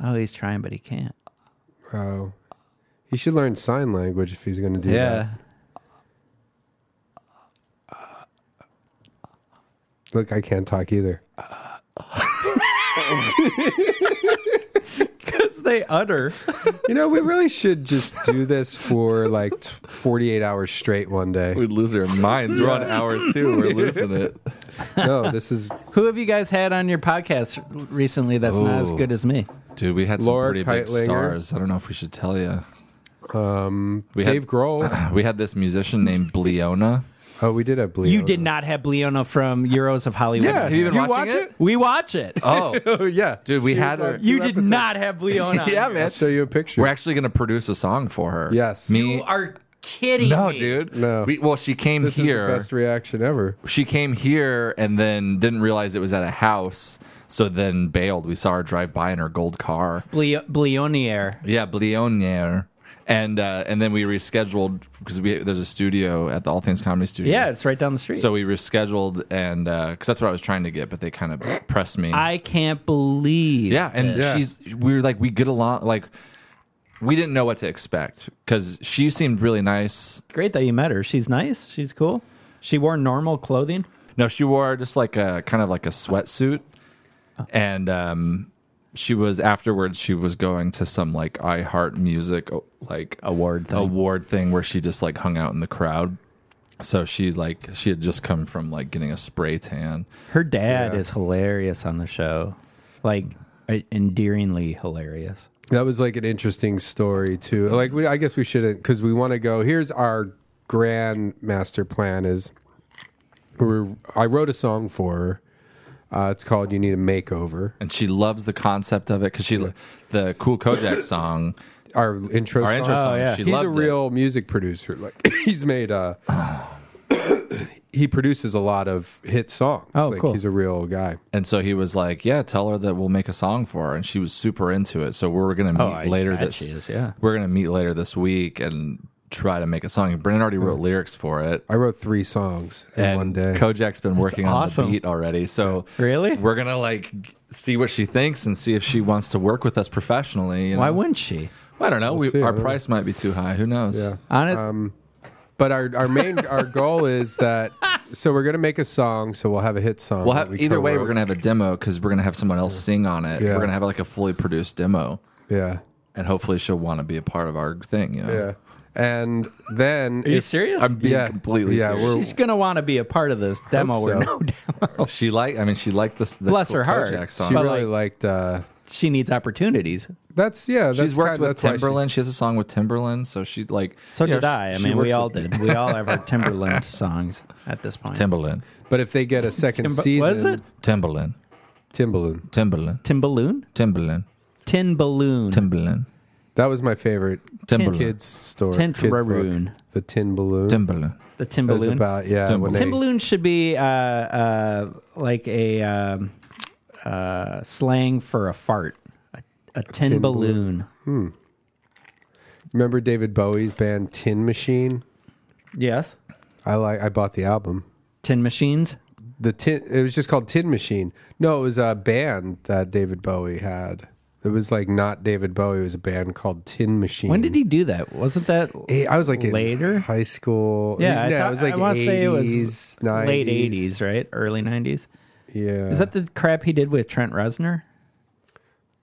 Speaker 3: Oh, he's trying, but he can't.
Speaker 8: oh. He should learn sign language if he's going to do that. Look, I can't talk either.
Speaker 3: because they utter.
Speaker 8: You know, we really should just do this for like t- 48 hours straight one day.
Speaker 1: We'd lose our minds. We're on hour two. We're losing it.
Speaker 8: No, this is
Speaker 3: Who have you guys had on your podcast recently that's not as
Speaker 1: Ooh.
Speaker 3: good as me?
Speaker 1: Dude, we had some
Speaker 8: Laura
Speaker 1: pretty big
Speaker 8: Keitlinger.
Speaker 1: stars. I don't know if we should tell you.
Speaker 8: um,
Speaker 1: We
Speaker 8: Dave
Speaker 1: had-
Speaker 8: Grohl.
Speaker 1: We had this musician named Bleona.
Speaker 8: Oh, we did have Bleed.
Speaker 3: You did not have Bleona from Euros of Hollywood.
Speaker 8: Yeah,
Speaker 1: Have you been
Speaker 8: You
Speaker 1: watching
Speaker 8: watch it?
Speaker 3: We watch it.
Speaker 1: Oh,
Speaker 8: Oh, yeah.
Speaker 1: dude, we
Speaker 8: She was
Speaker 1: had
Speaker 8: on
Speaker 1: her.
Speaker 8: two
Speaker 3: you did
Speaker 8: episodes.
Speaker 3: not have Bleona.
Speaker 1: yeah,
Speaker 3: on.
Speaker 1: man.
Speaker 8: I'll show you a picture.
Speaker 1: We're actually going to produce a song for her.
Speaker 8: Yes.
Speaker 1: Me.
Speaker 3: You are kidding
Speaker 1: no,
Speaker 3: me.
Speaker 1: dude.
Speaker 8: No.
Speaker 1: We, well, she came
Speaker 8: this
Speaker 1: here.
Speaker 8: is the best reaction ever.
Speaker 1: she came here and then didn't realize it was at a house. So then bailed. We saw her drive by in her gold car.
Speaker 3: Ble- Bleonier.
Speaker 1: Yeah, Blionier. And uh, and then we rescheduled because we there's a studio at the All Things Comedy Studio.
Speaker 3: Yeah, it's right down the street.
Speaker 1: So we rescheduled and because that's what I was trying to get, but they kind of pressed me.
Speaker 3: I can't believe.
Speaker 1: yeah, and
Speaker 8: Yeah.
Speaker 1: she's we were like we get along like we didn't know what to expect because she seemed really nice.
Speaker 3: Great that you met her. She's nice. She's cool. She wore normal clothing.
Speaker 1: No, she wore just like a kind of like a sweatsuit, and um, she was afterwards. She was going to some like I Heart Music oh, like
Speaker 3: Award thing.
Speaker 1: award thing where she just like hung out in the crowd. So she like she had just come from like getting a spray tan.
Speaker 3: Her dad
Speaker 8: Yeah.
Speaker 3: is hilarious on the show. Like uh, endearingly hilarious.
Speaker 8: That was like an interesting story too. Like we, I guess we shouldn't because we want to go. Here's our grand master plan: is we're, I wrote a song for her. Uh, it's called "You Need a Makeover."
Speaker 1: and she loves the concept of it because she the cool Kojak song,
Speaker 8: Our intro.
Speaker 1: our
Speaker 8: song.
Speaker 1: intro song.
Speaker 3: yeah.
Speaker 1: She
Speaker 8: Oh, he's
Speaker 1: loved
Speaker 8: a real music producer. Like he's made. Uh, he produces a lot of hit songs.
Speaker 3: Oh,
Speaker 8: like,
Speaker 3: cool.
Speaker 8: He's a real guy.
Speaker 1: it, and so he was like, "Yeah, tell her that we'll make a song for her," and she was super into it. So we're gonna meet
Speaker 3: Oh, I
Speaker 1: later
Speaker 3: bet
Speaker 1: this.
Speaker 3: she is, yeah.
Speaker 1: we're gonna meet later this week and try to make a song. And Brennan already wrote
Speaker 3: Mm.
Speaker 1: lyrics for it.
Speaker 8: I wrote three songs in
Speaker 1: And
Speaker 8: one day.
Speaker 1: Kojak's been working
Speaker 3: awesome.
Speaker 1: on the beat already. So
Speaker 3: Really?
Speaker 1: we're gonna like see what she thinks and see if she wants to work with us professionally. you
Speaker 3: Why
Speaker 1: know?
Speaker 3: wouldn't she?
Speaker 1: I don't know. we,
Speaker 8: see,
Speaker 1: our
Speaker 8: I don't
Speaker 1: price might be too high. Who knows?
Speaker 8: yeah.
Speaker 3: On it,
Speaker 8: But our, our main our goal is that so we're gonna make a song, so we'll have a hit song.
Speaker 1: We'll
Speaker 8: that
Speaker 1: have
Speaker 8: we
Speaker 1: either way.
Speaker 8: co-wrote.
Speaker 1: We're gonna have a demo because we're gonna have someone else sing on it.
Speaker 8: Yeah.
Speaker 1: We're gonna have like a fully produced demo,
Speaker 8: yeah
Speaker 1: and hopefully she'll want to be a part of our thing. You know,
Speaker 8: yeah. And then
Speaker 3: are you
Speaker 8: if-
Speaker 3: serious?
Speaker 1: I'm being
Speaker 8: Yeah.
Speaker 1: completely
Speaker 8: Yeah,
Speaker 1: serious.
Speaker 8: we're-
Speaker 3: She's gonna want to be a part of this demo
Speaker 8: Hope
Speaker 3: or
Speaker 8: so.
Speaker 3: no demo.
Speaker 1: she liked. I mean, she liked this. The
Speaker 3: Bless
Speaker 1: Cool
Speaker 3: her heart.
Speaker 1: Kojak
Speaker 8: she
Speaker 1: song.
Speaker 3: but,
Speaker 8: really liked. uh
Speaker 3: She needs opportunities.
Speaker 8: That's yeah. That's
Speaker 1: She's worked
Speaker 8: kind-
Speaker 1: with
Speaker 8: that's why she-
Speaker 1: Timberland. She, has a song with Timberland, so she like.
Speaker 3: So
Speaker 1: you know,
Speaker 3: did
Speaker 1: she-
Speaker 3: I. I
Speaker 1: she
Speaker 3: mean, we
Speaker 1: works
Speaker 3: all
Speaker 1: with
Speaker 3: did. We all have our Timberland songs at this point.
Speaker 1: Timberland,
Speaker 8: but if they get a second
Speaker 3: Timba-
Speaker 8: season,
Speaker 3: was it
Speaker 1: Timberland,
Speaker 8: Timbaland?
Speaker 1: Timberland,
Speaker 3: Timballoon?
Speaker 1: Timberland,
Speaker 3: Tin balloon.
Speaker 1: Timberland,
Speaker 8: That was my favorite
Speaker 1: Timberland,
Speaker 8: kids story.
Speaker 3: Tin
Speaker 8: kids book.
Speaker 3: Raroon.
Speaker 8: The Tin Balloon.
Speaker 1: Timberland.
Speaker 3: the
Speaker 8: It was
Speaker 3: Timballoon.
Speaker 8: about yeah. when
Speaker 1: Timbaland.
Speaker 8: they-
Speaker 3: Timballoon should be uh, uh, like a um, uh, slang for a fart. A, a tin,
Speaker 8: tin
Speaker 3: balloon.
Speaker 8: Remember David Bowie's band Tin Machine?
Speaker 3: Yes.
Speaker 8: I like. I bought the album.
Speaker 3: Tin machines.
Speaker 8: the tin. It was just called Tin Machine. No, it was a band that David Bowie had. It was like not David Bowie. It was a band called Tin Machine.
Speaker 10: When did he do that? Wasn't that
Speaker 8: Eh, I was like in
Speaker 10: later?
Speaker 8: high school.
Speaker 10: yeah, I,
Speaker 8: no,
Speaker 10: thought,
Speaker 8: it was like
Speaker 10: I want to say it was
Speaker 8: 80s, 90s.
Speaker 10: late '80s, right? Early '90s.
Speaker 8: Yeah,
Speaker 10: Is that the crap he did with Trent Reznor?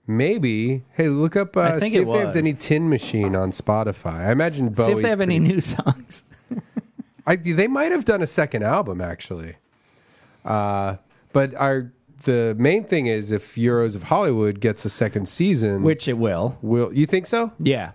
Speaker 8: maybe? Hey, look up. Uh,
Speaker 10: think
Speaker 8: see
Speaker 10: it
Speaker 8: if they have
Speaker 10: was.
Speaker 8: any Tin Machine on Spotify. I imagine Bowie.
Speaker 10: See if they have any new songs.
Speaker 8: I, they might have done a second album actually. Uh, but our the main thing is if Euros of Hollywood gets a second season,
Speaker 10: Which it will.
Speaker 8: will you think so?
Speaker 10: Yeah.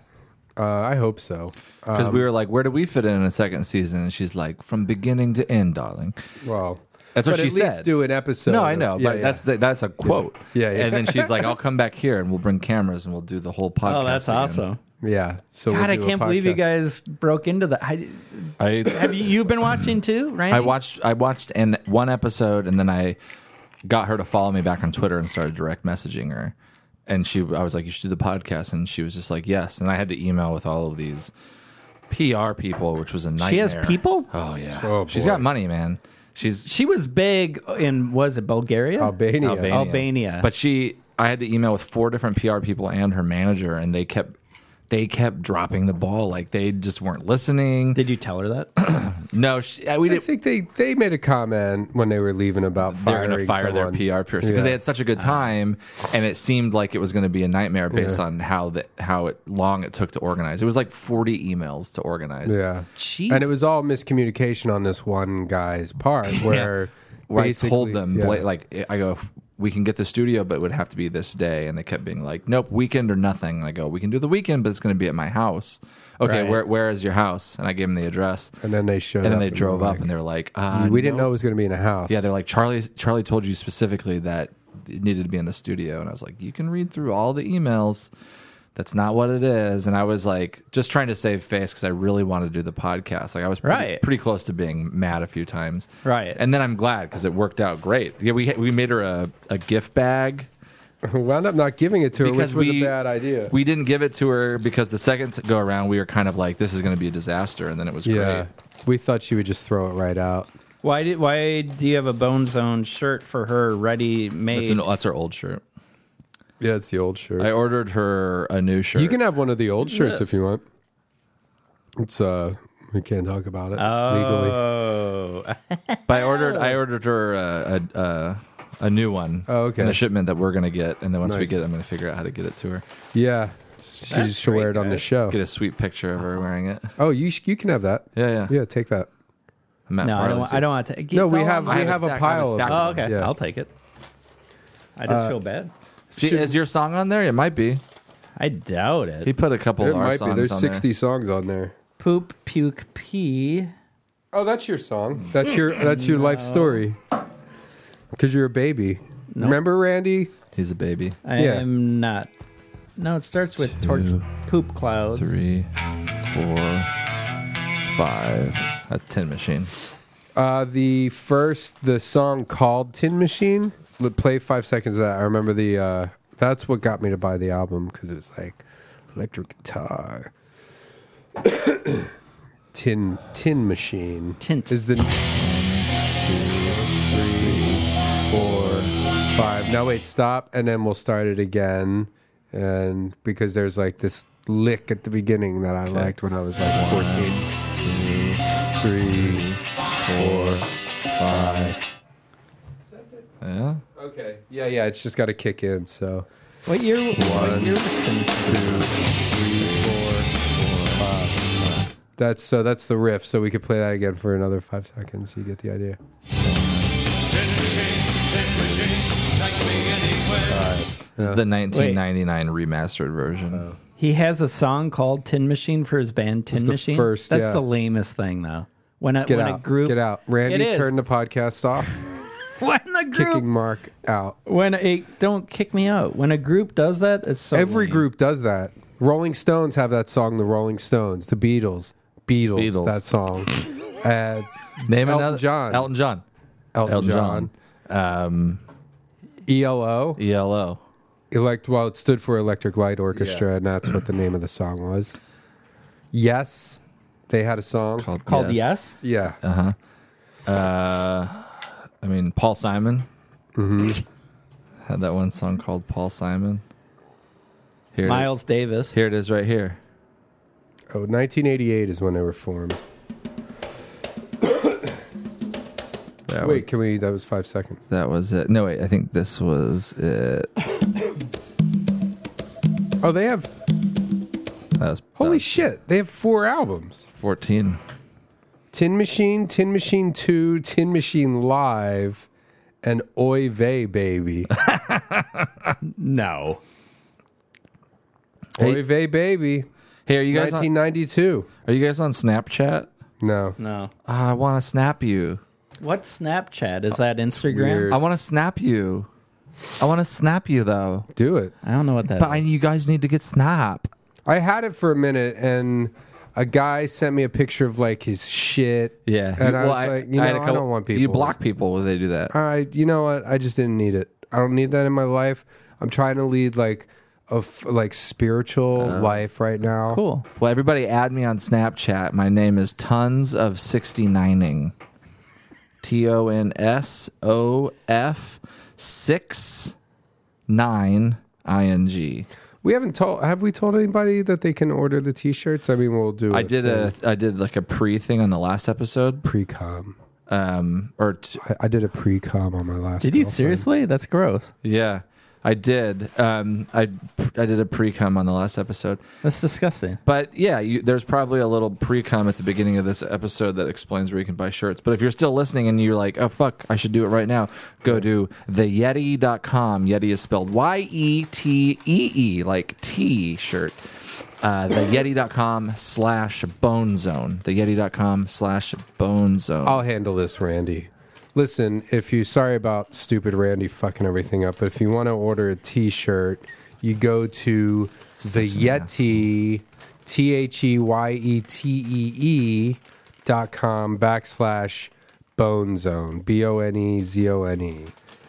Speaker 8: Uh, I hope so. Uh,
Speaker 1: Because we were like, where do we fit in in a second season? And she's like, from beginning to end, darling.
Speaker 8: well,
Speaker 1: That's what
Speaker 8: but
Speaker 1: she
Speaker 8: at
Speaker 1: said.
Speaker 8: Least do an episode.
Speaker 1: No,
Speaker 8: of-
Speaker 1: I know,
Speaker 8: Yeah,
Speaker 1: but
Speaker 8: yeah.
Speaker 1: that's the, that's a quote.
Speaker 8: Yeah, yeah.
Speaker 1: And then she's like, "I'll come back here and we'll bring cameras and we'll do the whole podcast."
Speaker 10: Oh, that's
Speaker 1: again."
Speaker 10: awesome.
Speaker 8: yeah. So we'll
Speaker 10: God, I
Speaker 8: do a
Speaker 10: can't believe you
Speaker 8: podcast.
Speaker 10: guys broke into that. I,
Speaker 1: I
Speaker 10: have you, you've been watching too, right?
Speaker 1: I watched I watched an one episode and then I got her to follow me back on Twitter and started direct messaging her. And she, I was like, "You should do the podcast," and she was just like, "Yes." And I had to email with all of these PR people, which was a nightmare.
Speaker 10: She has people?
Speaker 1: Oh yeah,
Speaker 8: Oh,
Speaker 1: she's
Speaker 8: boy.
Speaker 1: got money, man. She's
Speaker 10: She was big in was it Bulgaria?
Speaker 8: Albania.
Speaker 1: Albania.
Speaker 10: Albania.
Speaker 1: But she, I had to email with four different PR people and her manager, and they kept they kept dropping the ball. Like they just weren't listening.
Speaker 10: Did you tell her that?
Speaker 1: no, she, uh, we
Speaker 8: I
Speaker 1: didn't.
Speaker 8: think they, they made a comment when they were leaving about
Speaker 1: They're
Speaker 8: firing
Speaker 1: going to fire
Speaker 8: someone.
Speaker 1: their PR person because
Speaker 8: Yeah.
Speaker 1: they had such a good time, and it seemed like it was going to be a nightmare based on how the, how it long it took to organize. It was like forty emails to organize.
Speaker 8: Yeah,
Speaker 10: Jeez.
Speaker 8: and it was all miscommunication on this one guy's part where.
Speaker 1: where I
Speaker 8: basically-
Speaker 1: told them
Speaker 8: yeah.
Speaker 1: bla- like I go we can get the studio but it would have to be this day and they kept being like nope weekend or nothing and I go we can do the weekend but it's going to be at my house okay
Speaker 10: Right.
Speaker 1: where where is your house and I gave them the address
Speaker 8: and then they showed
Speaker 1: and then
Speaker 8: up
Speaker 1: they drove
Speaker 8: were
Speaker 1: up
Speaker 8: like,
Speaker 1: and they were like uh,
Speaker 8: we didn't
Speaker 1: no.
Speaker 8: know it was going to be in a house.
Speaker 1: yeah they're like Charlie Charlie told you specifically that it needed to be in the studio and I was like you can read through all the emails that's not what it is and I was like just trying to save face because I really wanted to do the podcast like I was pretty,
Speaker 10: Right.
Speaker 1: pretty close to being mad a few times
Speaker 10: Right.
Speaker 1: and then I'm glad because it worked out great. Yeah, we we made her a, a gift bag
Speaker 8: wound up not giving it to her,
Speaker 1: because
Speaker 8: which was
Speaker 1: we
Speaker 8: a bad idea.
Speaker 1: We didn't give it to her because the second go around we were kind of like this is going to be a disaster, and then it was
Speaker 8: yeah, we thought she would just throw it right out.
Speaker 10: why did why do you have a Bone Zone shirt for her ready
Speaker 1: great. That's
Speaker 10: made?
Speaker 1: an that's our old shirt.
Speaker 8: Yeah, it's the old shirt.
Speaker 1: I ordered her a new shirt.
Speaker 8: you can have one of the old shirts if you want. It's uh, we can't talk about it legally.
Speaker 10: oh,
Speaker 1: but I ordered I ordered her a a, a, a new one.
Speaker 8: Oh, okay.
Speaker 1: And a shipment that we're going to get, and then once we
Speaker 8: Nice.
Speaker 1: get, it, I'm going to figure out how to get it to her.
Speaker 8: Yeah, she should wear it on the show.
Speaker 1: Get a sweet picture of her wearing it.
Speaker 8: Oh, you sh- you can have that.
Speaker 1: Yeah, yeah.
Speaker 8: yeah. Take that.
Speaker 1: Matt
Speaker 10: no, I don't.
Speaker 1: Farley's
Speaker 10: want-
Speaker 1: it.
Speaker 10: I don't want to.
Speaker 8: No,
Speaker 10: it's
Speaker 8: we
Speaker 10: all
Speaker 8: have
Speaker 10: online.
Speaker 8: we
Speaker 1: have a
Speaker 8: have a
Speaker 1: stack- I have a
Speaker 8: pile of
Speaker 1: stack
Speaker 8: them.
Speaker 10: Oh, okay.
Speaker 8: Yeah. Uh,
Speaker 10: I'll take it. I just feel bad.
Speaker 1: See,
Speaker 8: Should-
Speaker 1: is your song on there? It might be.
Speaker 10: I doubt it.
Speaker 1: He put a couple
Speaker 8: There
Speaker 1: of our
Speaker 8: might be.
Speaker 1: songs
Speaker 8: There's
Speaker 1: on
Speaker 8: 60
Speaker 1: there.
Speaker 8: songs on there.
Speaker 10: Poop, puke, pee.
Speaker 8: Oh, that's your song. That's your that's your life story. Because you're a baby. Remember, Randy?
Speaker 1: He's a baby.
Speaker 10: I
Speaker 8: Yeah.
Speaker 10: am not. No, it starts with torch,
Speaker 1: Two,
Speaker 10: poop clouds.
Speaker 1: three, four, five. That's Tin Machine.
Speaker 8: Uh, the first, the song called Tin Machine. L- Play five seconds of that. I remember the. Uh, that's what got me to buy the album because it was like electric guitar. tin Tin Machine.
Speaker 10: Tint.
Speaker 8: is the two, three, four, five. Now wait, stop, and then we'll start it again. And because there's like this lick at the beginning that I liked when I was like 14.
Speaker 1: Two,
Speaker 8: Three, four, five.
Speaker 1: yeah.
Speaker 8: Okay. Yeah, yeah. It's just got to kick in. So
Speaker 10: What year? what
Speaker 8: One.
Speaker 10: year was Tin-
Speaker 8: that's so that's the riff. So we could play that again for another five seconds. You get the idea.
Speaker 11: Tin machine, tin machine, take me anywhere.
Speaker 1: This is the 1999 remastered version.
Speaker 8: Oh.
Speaker 10: He has a song called Tin Machine for his band Tin
Speaker 8: the
Speaker 10: Machine.
Speaker 8: first,
Speaker 10: That's
Speaker 8: yeah.
Speaker 10: the lamest thing though. When a,
Speaker 8: Get
Speaker 10: when
Speaker 8: out.
Speaker 10: a group
Speaker 8: Get out.
Speaker 10: It
Speaker 8: Randy,
Speaker 10: is.
Speaker 8: turn the podcast off.
Speaker 10: when the group
Speaker 8: Kicking Mark out.
Speaker 10: when a don't kick me out. When a group does that, it's so
Speaker 8: Every
Speaker 10: lame.
Speaker 8: group does that. Rolling Stones have that song. The Rolling Stones. The Beatles. Beatles.
Speaker 1: Beatles.
Speaker 8: That song. Uh,
Speaker 1: Name
Speaker 8: Elton
Speaker 1: another
Speaker 8: John.
Speaker 1: Elton John.
Speaker 8: Elton,
Speaker 1: Elton
Speaker 8: John.
Speaker 1: John. Um,
Speaker 8: ELO.
Speaker 1: E ELO.
Speaker 8: Elect. Well, it stood for Electric Light Orchestra, and that's what the name of the song was. Yes, they had a song
Speaker 1: Called, Uh-huh.
Speaker 10: called Yes.
Speaker 8: Yeah.
Speaker 1: Uh huh. Uh, I mean, Paul Simon
Speaker 8: Mm-hmm.
Speaker 1: had that one song called Paul Simon. Here it-
Speaker 3: Miles Davis.
Speaker 1: here it is right here.
Speaker 8: Oh, 1988 is when they were formed.
Speaker 1: That was,
Speaker 8: Wait, can we? That was five seconds.
Speaker 1: that was it. No, wait, I think this was it.
Speaker 8: Oh, they have.
Speaker 1: That was
Speaker 8: Holy
Speaker 1: that was
Speaker 8: shit! They have four albums:
Speaker 1: 14.
Speaker 8: Tin Machine, Tin Machine Two, Tin Machine Live, and Oy Vey Baby.
Speaker 3: No.
Speaker 1: Hey.
Speaker 8: Oy Vey Baby.
Speaker 1: Hey, are you guys on,
Speaker 8: 1992.
Speaker 1: are you guys on Snapchat?
Speaker 8: No.
Speaker 3: No.
Speaker 8: Ah,
Speaker 1: I want to snap you.
Speaker 3: What Snapchat? Is that Instagram?
Speaker 8: Weird.
Speaker 1: I want to snap you. I want to snap you though.
Speaker 8: Do it.
Speaker 3: I don't know what that
Speaker 1: But I, you guys need to get snap.
Speaker 8: I had it for a minute, and a guy sent me a picture of like his shit.
Speaker 1: Yeah.
Speaker 8: and I was like, you know, I, don't want people.
Speaker 1: You block people when they do that.
Speaker 8: I, you know what? I just didn't need it. I don't need that in my life. I'm trying to lead like a f- like spiritual
Speaker 1: Oh.
Speaker 8: life right now.
Speaker 3: Cool.
Speaker 1: Well, everybody add me on Snapchat. My name is Tons of 69ing. T O N S O F 6 9 I N G.
Speaker 8: We haven't told. Have we told anybody that they can order the T-shirts? I mean, we'll do.
Speaker 1: I did a I did like a pre thing on the last episode.
Speaker 8: pre-com.
Speaker 1: Um or t-
Speaker 8: I, I did a pre-com on my last.
Speaker 3: Did you
Speaker 8: girlfriend.
Speaker 3: seriously? That's gross.
Speaker 1: yeah, I did. Um I I did a pre cum on the last episode.
Speaker 3: That's disgusting.
Speaker 1: But yeah, you, there's probably a little pre-com at the beginning of this episode that explains where you can buy shirts. But if you're still listening and you're like, oh, fuck, I should do it right now, go to theyeti.com. Yeti is spelled Y E T E E, like T shirt. Uh, theyeti.com slash bone zone. Theyeti.com slash bone zone.
Speaker 8: I'll handle this, Randy. Listen, if you sorry about stupid Randy fucking everything up, but if you want to order a T-shirt, you go to the Yeti T H E Y E T E E dot com backslash Bone Zone B O N E Z O N E,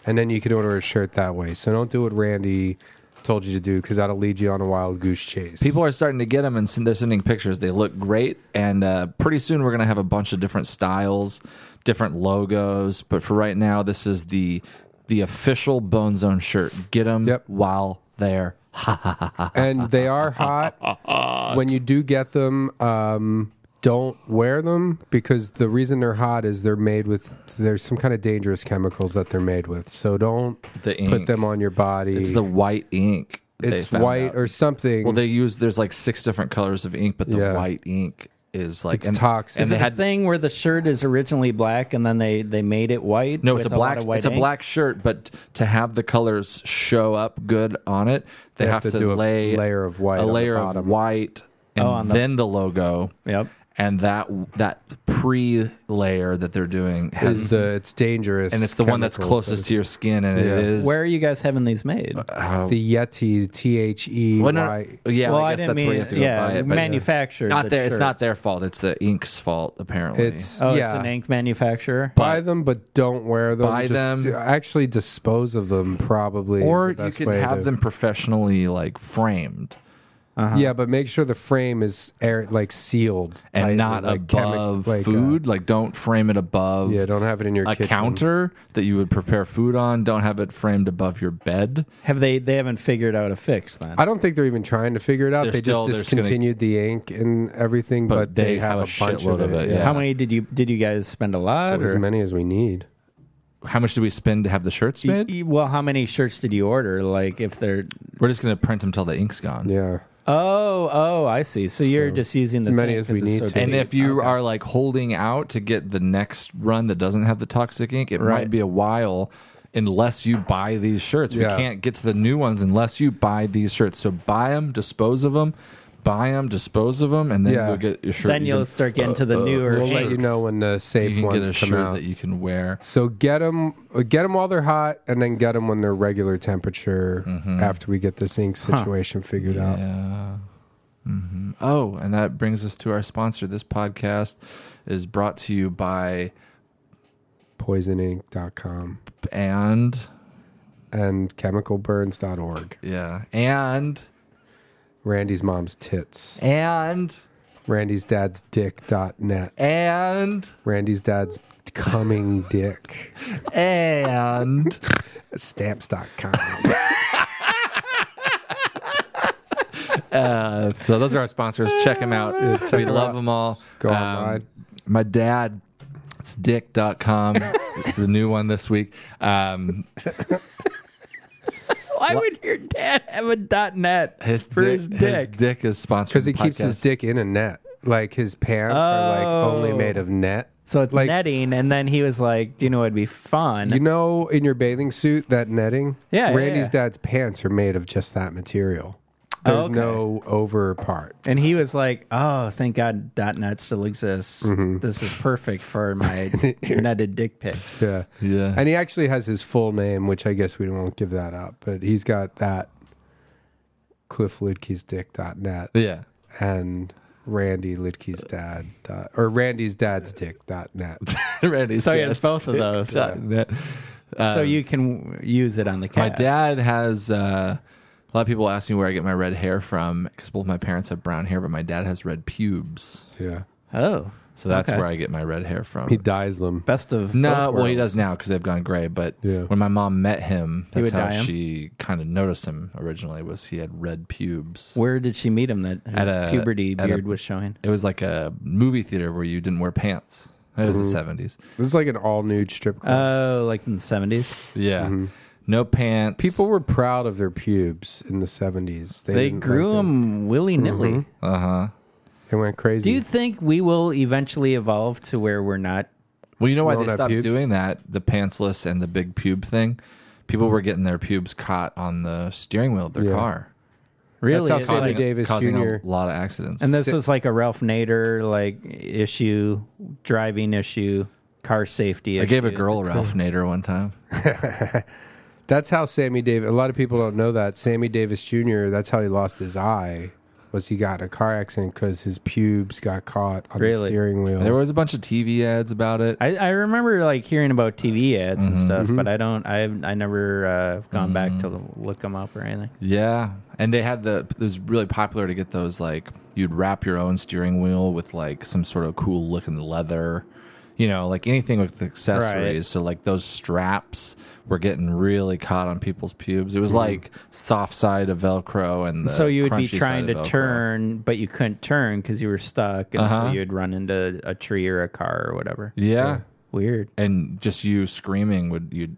Speaker 8: and then you can order a shirt that way. So don't do what Randy told you to do because that'll lead you on a wild goose chase.
Speaker 1: People are starting to get them and send, they're sending pictures. They look great. And uh, pretty soon we're going to have a bunch of different styles, different logos. But for right now, this is the the official Bone Zone shirt. Get them
Speaker 8: Yep.
Speaker 1: while they're hot.
Speaker 8: and they are hot. when you do get them, um, don't wear them because the reason they're hot is they're made with there's some kind of dangerous chemicals that they're made with. So don't
Speaker 1: The
Speaker 8: put
Speaker 1: ink.
Speaker 8: them on your body.
Speaker 1: It's the white ink. that they
Speaker 8: It's
Speaker 1: found
Speaker 8: white
Speaker 1: out.
Speaker 8: or something.
Speaker 1: Well, they use, there's like six different colors of ink, but the
Speaker 8: Yeah.
Speaker 1: white ink is like
Speaker 8: It's toxic.
Speaker 1: And
Speaker 8: Is
Speaker 1: they
Speaker 3: The
Speaker 1: had,
Speaker 3: thing where the shirt is originally black and then they, they made it white.
Speaker 1: No, it's a
Speaker 3: with lot
Speaker 1: black.
Speaker 3: of white
Speaker 1: it's a
Speaker 3: ink?
Speaker 1: black shirt, but to have the colors show up good on it, they, have, to,
Speaker 8: do a
Speaker 1: lay
Speaker 8: layer of white
Speaker 1: a
Speaker 8: on the
Speaker 1: layer of
Speaker 8: bottom.
Speaker 1: white, and
Speaker 3: Oh, on the-
Speaker 1: then the logo.
Speaker 3: Yep.
Speaker 1: And that that pre layer that they're doing
Speaker 8: is
Speaker 1: has,
Speaker 8: the it's dangerous,
Speaker 1: and it's the one that's
Speaker 8: chemicals.
Speaker 1: closest to your skin, and it
Speaker 8: Yeah.
Speaker 1: is.
Speaker 3: Where are you guys having these made?
Speaker 1: uh,
Speaker 8: the Yeti T H E
Speaker 1: well, no,
Speaker 8: Y.
Speaker 1: yeah,
Speaker 3: well,
Speaker 1: I guess
Speaker 3: didn't
Speaker 1: that's
Speaker 3: mean,
Speaker 1: where you have to go
Speaker 3: yeah,
Speaker 1: buy it. But uh,
Speaker 3: manufacturers.
Speaker 1: not
Speaker 3: of
Speaker 1: their, it's not
Speaker 3: shirts.
Speaker 1: their fault. It's the ink's fault, apparently.
Speaker 8: It's
Speaker 3: Oh,
Speaker 8: yeah.
Speaker 3: it's an ink manufacturer.
Speaker 8: Buy them, but don't wear them.
Speaker 1: Buy
Speaker 8: Just
Speaker 1: them.
Speaker 8: Actually, dispose of them. Probably, is
Speaker 1: or
Speaker 8: the
Speaker 1: you
Speaker 8: best
Speaker 1: could
Speaker 8: way
Speaker 1: have
Speaker 8: to-
Speaker 1: them professionally like framed. Uh-huh.
Speaker 8: Yeah, but make sure the frame is air like sealed
Speaker 1: and
Speaker 8: tightly,
Speaker 1: not
Speaker 8: like chemi-
Speaker 1: above
Speaker 8: like, uh,
Speaker 1: food. like, don't frame it above
Speaker 8: yeah, don't have it in your
Speaker 1: a
Speaker 8: kitchen.
Speaker 1: counter that you would prepare food on. Don't have it framed above your bed.
Speaker 3: Have they? They haven't figured out a fix then.
Speaker 8: I don't think they're even trying to figure it out.
Speaker 1: They're
Speaker 8: they
Speaker 1: still- they're
Speaker 8: just
Speaker 1: just gonna-
Speaker 8: discontinued the ink and everything, but, they, have, a bunch
Speaker 1: shitload
Speaker 8: of it. yeah.
Speaker 3: How many did you did you guys spend a lot?
Speaker 8: As
Speaker 3: Or, e,
Speaker 8: many as we need.
Speaker 1: How much do we spend to have the shirts
Speaker 8: E,
Speaker 1: made?
Speaker 3: Y- e, well, how many shirts did you order? Like if they're
Speaker 1: We're just going to print them till the ink's gone.
Speaker 8: Yeah.
Speaker 3: oh oh I see. So you're just using the
Speaker 8: as many
Speaker 3: same
Speaker 8: as we
Speaker 3: 'cause it's
Speaker 8: need
Speaker 3: so
Speaker 8: to.
Speaker 1: And
Speaker 3: cheap.
Speaker 1: if you are like holding out to get the next run that doesn't have the toxic ink, it might
Speaker 3: Right.
Speaker 1: be a while unless you buy these shirts.
Speaker 8: Yeah.
Speaker 1: We can't get to the new ones unless you buy these shirts. So buy them, dispose of them, buy them, dispose of them, and then
Speaker 8: Yeah.
Speaker 1: you'll get your shirt.
Speaker 3: then
Speaker 1: you
Speaker 3: you'll
Speaker 1: can-
Speaker 3: start getting to the newer.
Speaker 8: We'll let
Speaker 3: shirts.
Speaker 8: you know when the safe
Speaker 1: you can
Speaker 8: ones
Speaker 1: get a
Speaker 8: come
Speaker 1: shirt
Speaker 8: out.
Speaker 1: that you can wear.
Speaker 8: so get them, get them while they're hot, and then get them when they're regular temperature. After we get this ink situation figured out.
Speaker 1: Mm-hmm. Yeah. hmm Oh, and that brings us to our sponsor. This podcast is brought to you by
Speaker 8: Poisonink.com
Speaker 1: and
Speaker 8: and chemicalburns.org.
Speaker 1: yeah and
Speaker 8: Randy's mom's tits.
Speaker 1: and
Speaker 8: Randy's dad's dick.net.
Speaker 1: and
Speaker 8: Randy's dad's coming dick.
Speaker 1: And
Speaker 8: Stamps.com.
Speaker 1: uh, so those are our sponsors. Check them out. we
Speaker 8: them
Speaker 1: love
Speaker 8: out.
Speaker 1: them all. Um,
Speaker 8: Go online.
Speaker 1: My dad, it's dick.com. it's the new one this week. Um,
Speaker 12: Why would your dad have a dot net
Speaker 1: his,
Speaker 12: for
Speaker 1: dick,
Speaker 12: his
Speaker 1: his
Speaker 12: dick?
Speaker 1: dick is sponsored
Speaker 8: Because he
Speaker 1: the
Speaker 8: keeps his
Speaker 1: podcast.
Speaker 8: dick in a net. Like his pants are like only made of net.
Speaker 3: Oh. So it's
Speaker 8: like
Speaker 3: netting, and then he was like, "Do you know it'd be fun?"
Speaker 8: you know, in your bathing suit, that netting.
Speaker 3: Yeah, yeah,
Speaker 8: Randy's
Speaker 3: yeah.
Speaker 8: dad's pants are made of just that material.
Speaker 3: Oh,
Speaker 8: There's
Speaker 3: okay.
Speaker 8: no over part.
Speaker 3: and he was like, "Oh, thank God, dot net still exists. This is perfect for my netted dick pics."
Speaker 8: Yeah.
Speaker 1: Yeah.
Speaker 8: And he actually has his full name, which I guess we won't give that up, but he's got that Cliff Lidke's dick.net
Speaker 1: Yeah.
Speaker 8: and Randy Lidke's dad dot, or Randy's dad's dick.net.
Speaker 1: Randy's
Speaker 3: So he has
Speaker 1: dad's
Speaker 3: both of those.
Speaker 1: dick.net.
Speaker 3: so you can use it on the
Speaker 1: Um, My
Speaker 3: cat.
Speaker 1: dad has uh, a lot of people ask me where I get my red hair from because both my parents have brown hair, but my dad has red pubes,
Speaker 8: yeah.
Speaker 3: Oh,
Speaker 1: so that's
Speaker 3: Okay.
Speaker 1: where I get my red hair from.
Speaker 8: He dyes them.
Speaker 3: best of
Speaker 1: no,
Speaker 3: both
Speaker 1: well, he
Speaker 3: worlds.
Speaker 1: does now because they've gone gray. But
Speaker 8: Yeah.
Speaker 1: when my mom met him, that's
Speaker 3: would
Speaker 1: how
Speaker 3: dye 'em?
Speaker 1: she kind of noticed him originally. Was he had red pubes?
Speaker 3: Where did she meet him? That his
Speaker 1: At a-
Speaker 3: puberty
Speaker 1: at a-
Speaker 3: beard was showing.
Speaker 1: It was like a movie theater where you didn't wear pants. It was
Speaker 3: Mm-hmm.
Speaker 1: the seventies.
Speaker 8: This is like an all nude strip club.
Speaker 3: Oh, like in the seventies.
Speaker 1: Yeah,
Speaker 3: Mm-hmm.
Speaker 1: no pants.
Speaker 8: People were proud of their pubes in the 70s.
Speaker 3: They
Speaker 8: didn't
Speaker 3: grew
Speaker 8: like
Speaker 3: him willy nilly.
Speaker 1: Uh huh.
Speaker 8: They went
Speaker 3: Do
Speaker 8: crazy.
Speaker 1: Mm.
Speaker 3: you think we will eventually evolve to where we're not?
Speaker 1: Well, you know why
Speaker 8: Grown
Speaker 1: they
Speaker 8: up
Speaker 1: stopped
Speaker 8: pubes?
Speaker 1: doing that? The pantsless and the big pube thing. People were getting their pubes caught on the steering wheel of their
Speaker 8: Yeah.
Speaker 1: car.
Speaker 3: Really,
Speaker 8: how
Speaker 3: it's
Speaker 8: Sammy
Speaker 3: like-
Speaker 8: Davis
Speaker 1: causing
Speaker 8: Jr..
Speaker 1: a lot of accidents.
Speaker 3: and this was like a Ralph Nader like issue, driving issue, car safety.
Speaker 1: I gave a
Speaker 3: issue.
Speaker 1: girl a Ralph Nader one time.
Speaker 8: That's how Sammy Davis. A lot of people don't know that Sammy Davis Jr. That's how he lost his eye. Was he got in a car accident because his pubes got caught on the
Speaker 3: Really?
Speaker 8: steering wheel?
Speaker 1: There was a bunch of TV ads about it.
Speaker 3: I, I remember like hearing about TV ads and
Speaker 1: Mm-hmm.
Speaker 3: stuff, but I don't. I I never uh, gone back to
Speaker 1: Mm-hmm.
Speaker 3: look them up or anything.
Speaker 1: Yeah, and they had the it was really popular to get those like you'd wrap your own steering wheel with like some sort of cool looking leather, you know, like anything with accessories.
Speaker 3: Right.
Speaker 1: So like those straps were getting really caught on people's pubes. It was like soft side of Velcro and the
Speaker 3: Hmm. so you would be
Speaker 1: crunchy side
Speaker 3: trying
Speaker 1: of
Speaker 3: to
Speaker 1: Velcro.
Speaker 3: turn, but you couldn't turn because you were stuck, and
Speaker 1: Uh-huh.
Speaker 3: so you'd run into a tree or a car or whatever.
Speaker 1: Yeah.
Speaker 3: Weird.
Speaker 1: and just you screaming would you'd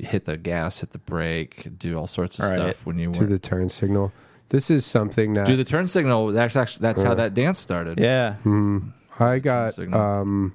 Speaker 1: hit the gas, hit the brake, do all sorts of
Speaker 3: Right.
Speaker 1: stuff when you
Speaker 8: to
Speaker 1: were
Speaker 8: the turn signal. This is something that
Speaker 1: do the turn signal. That's actually that's how that dance started.
Speaker 3: Yeah.
Speaker 8: I got.
Speaker 1: signal.
Speaker 8: Um,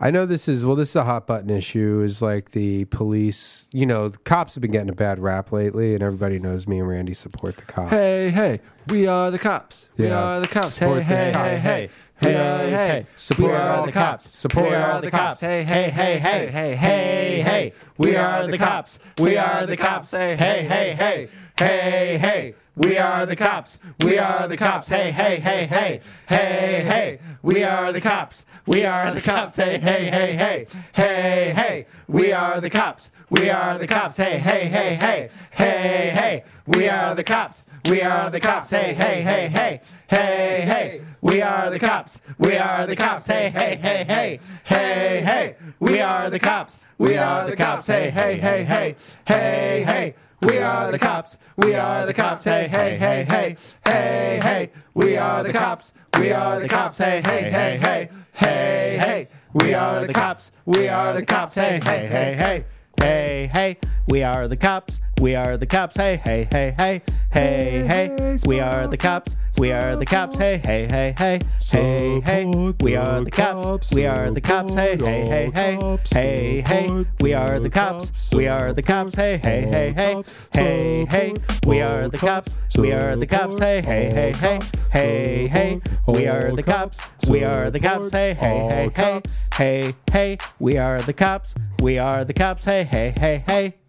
Speaker 8: I know this is well. This is a hot button issue. Is like the police. You know, the cops have been getting a bad rap lately, and everybody knows me and Randy support the cops.
Speaker 1: Hey, hey, we are the cops. We
Speaker 8: Yeah.
Speaker 1: are the cops. Hey,
Speaker 8: Support the
Speaker 1: hey,
Speaker 8: cops.
Speaker 1: hey, hey.
Speaker 3: Hey,
Speaker 1: We are-
Speaker 3: hey, hey.
Speaker 8: Support
Speaker 1: we
Speaker 8: all the cops. Support
Speaker 1: We
Speaker 8: all
Speaker 1: are
Speaker 8: the
Speaker 1: the cops. Hey, hey, hey, hey, hey, hey, hey.
Speaker 8: We are the cops. We are the cops. Hey, hey, hey, hey, hey, hey. We are the cops. We are the cops. Hey, hey, hey, hey, hey, hey. We are the cops. We are the cops. Hey, hey, hey, hey, hey, hey. We are the cops. We are the cops. Hey, hey, hey, hey, hey, hey. We are the cops. We are the cops. Hey, hey, hey, hey, hey, hey. We are the cops. We are the cops. Hey, hey, hey, hey, hey, hey. We are the cops. We are the cops. Hey, hey, hey, hey, hey, hey. We are the cops. We are the cops. Hey, hey, hey, hey, hey, hey. We are the cops. We are the cops. Hey, hey, hey, hey, hey, hey. We are the cops. We are the cops. Hey, hey, hey, hey.
Speaker 3: Hey, hey, we are the cops. We are the cops. Hey, hey, hey, hey, hey, hey. We are the cops. We are the cops. Hey, hey, hey, hey, hey, hey. We are the cops. We are the cops. Hey, hey, hey, hey, hey, hey. We are the cops. We are the cops. Hey, hey, hey, hey, hey, hey. We are the cops. We are the cops. Hey, hey, hey, hey, hey, hey. We are the cops. We are the cops. Hey, hey, hey, hey. Hey, hey, we are the cops. We are the cops. Hey, hey, hey, hey.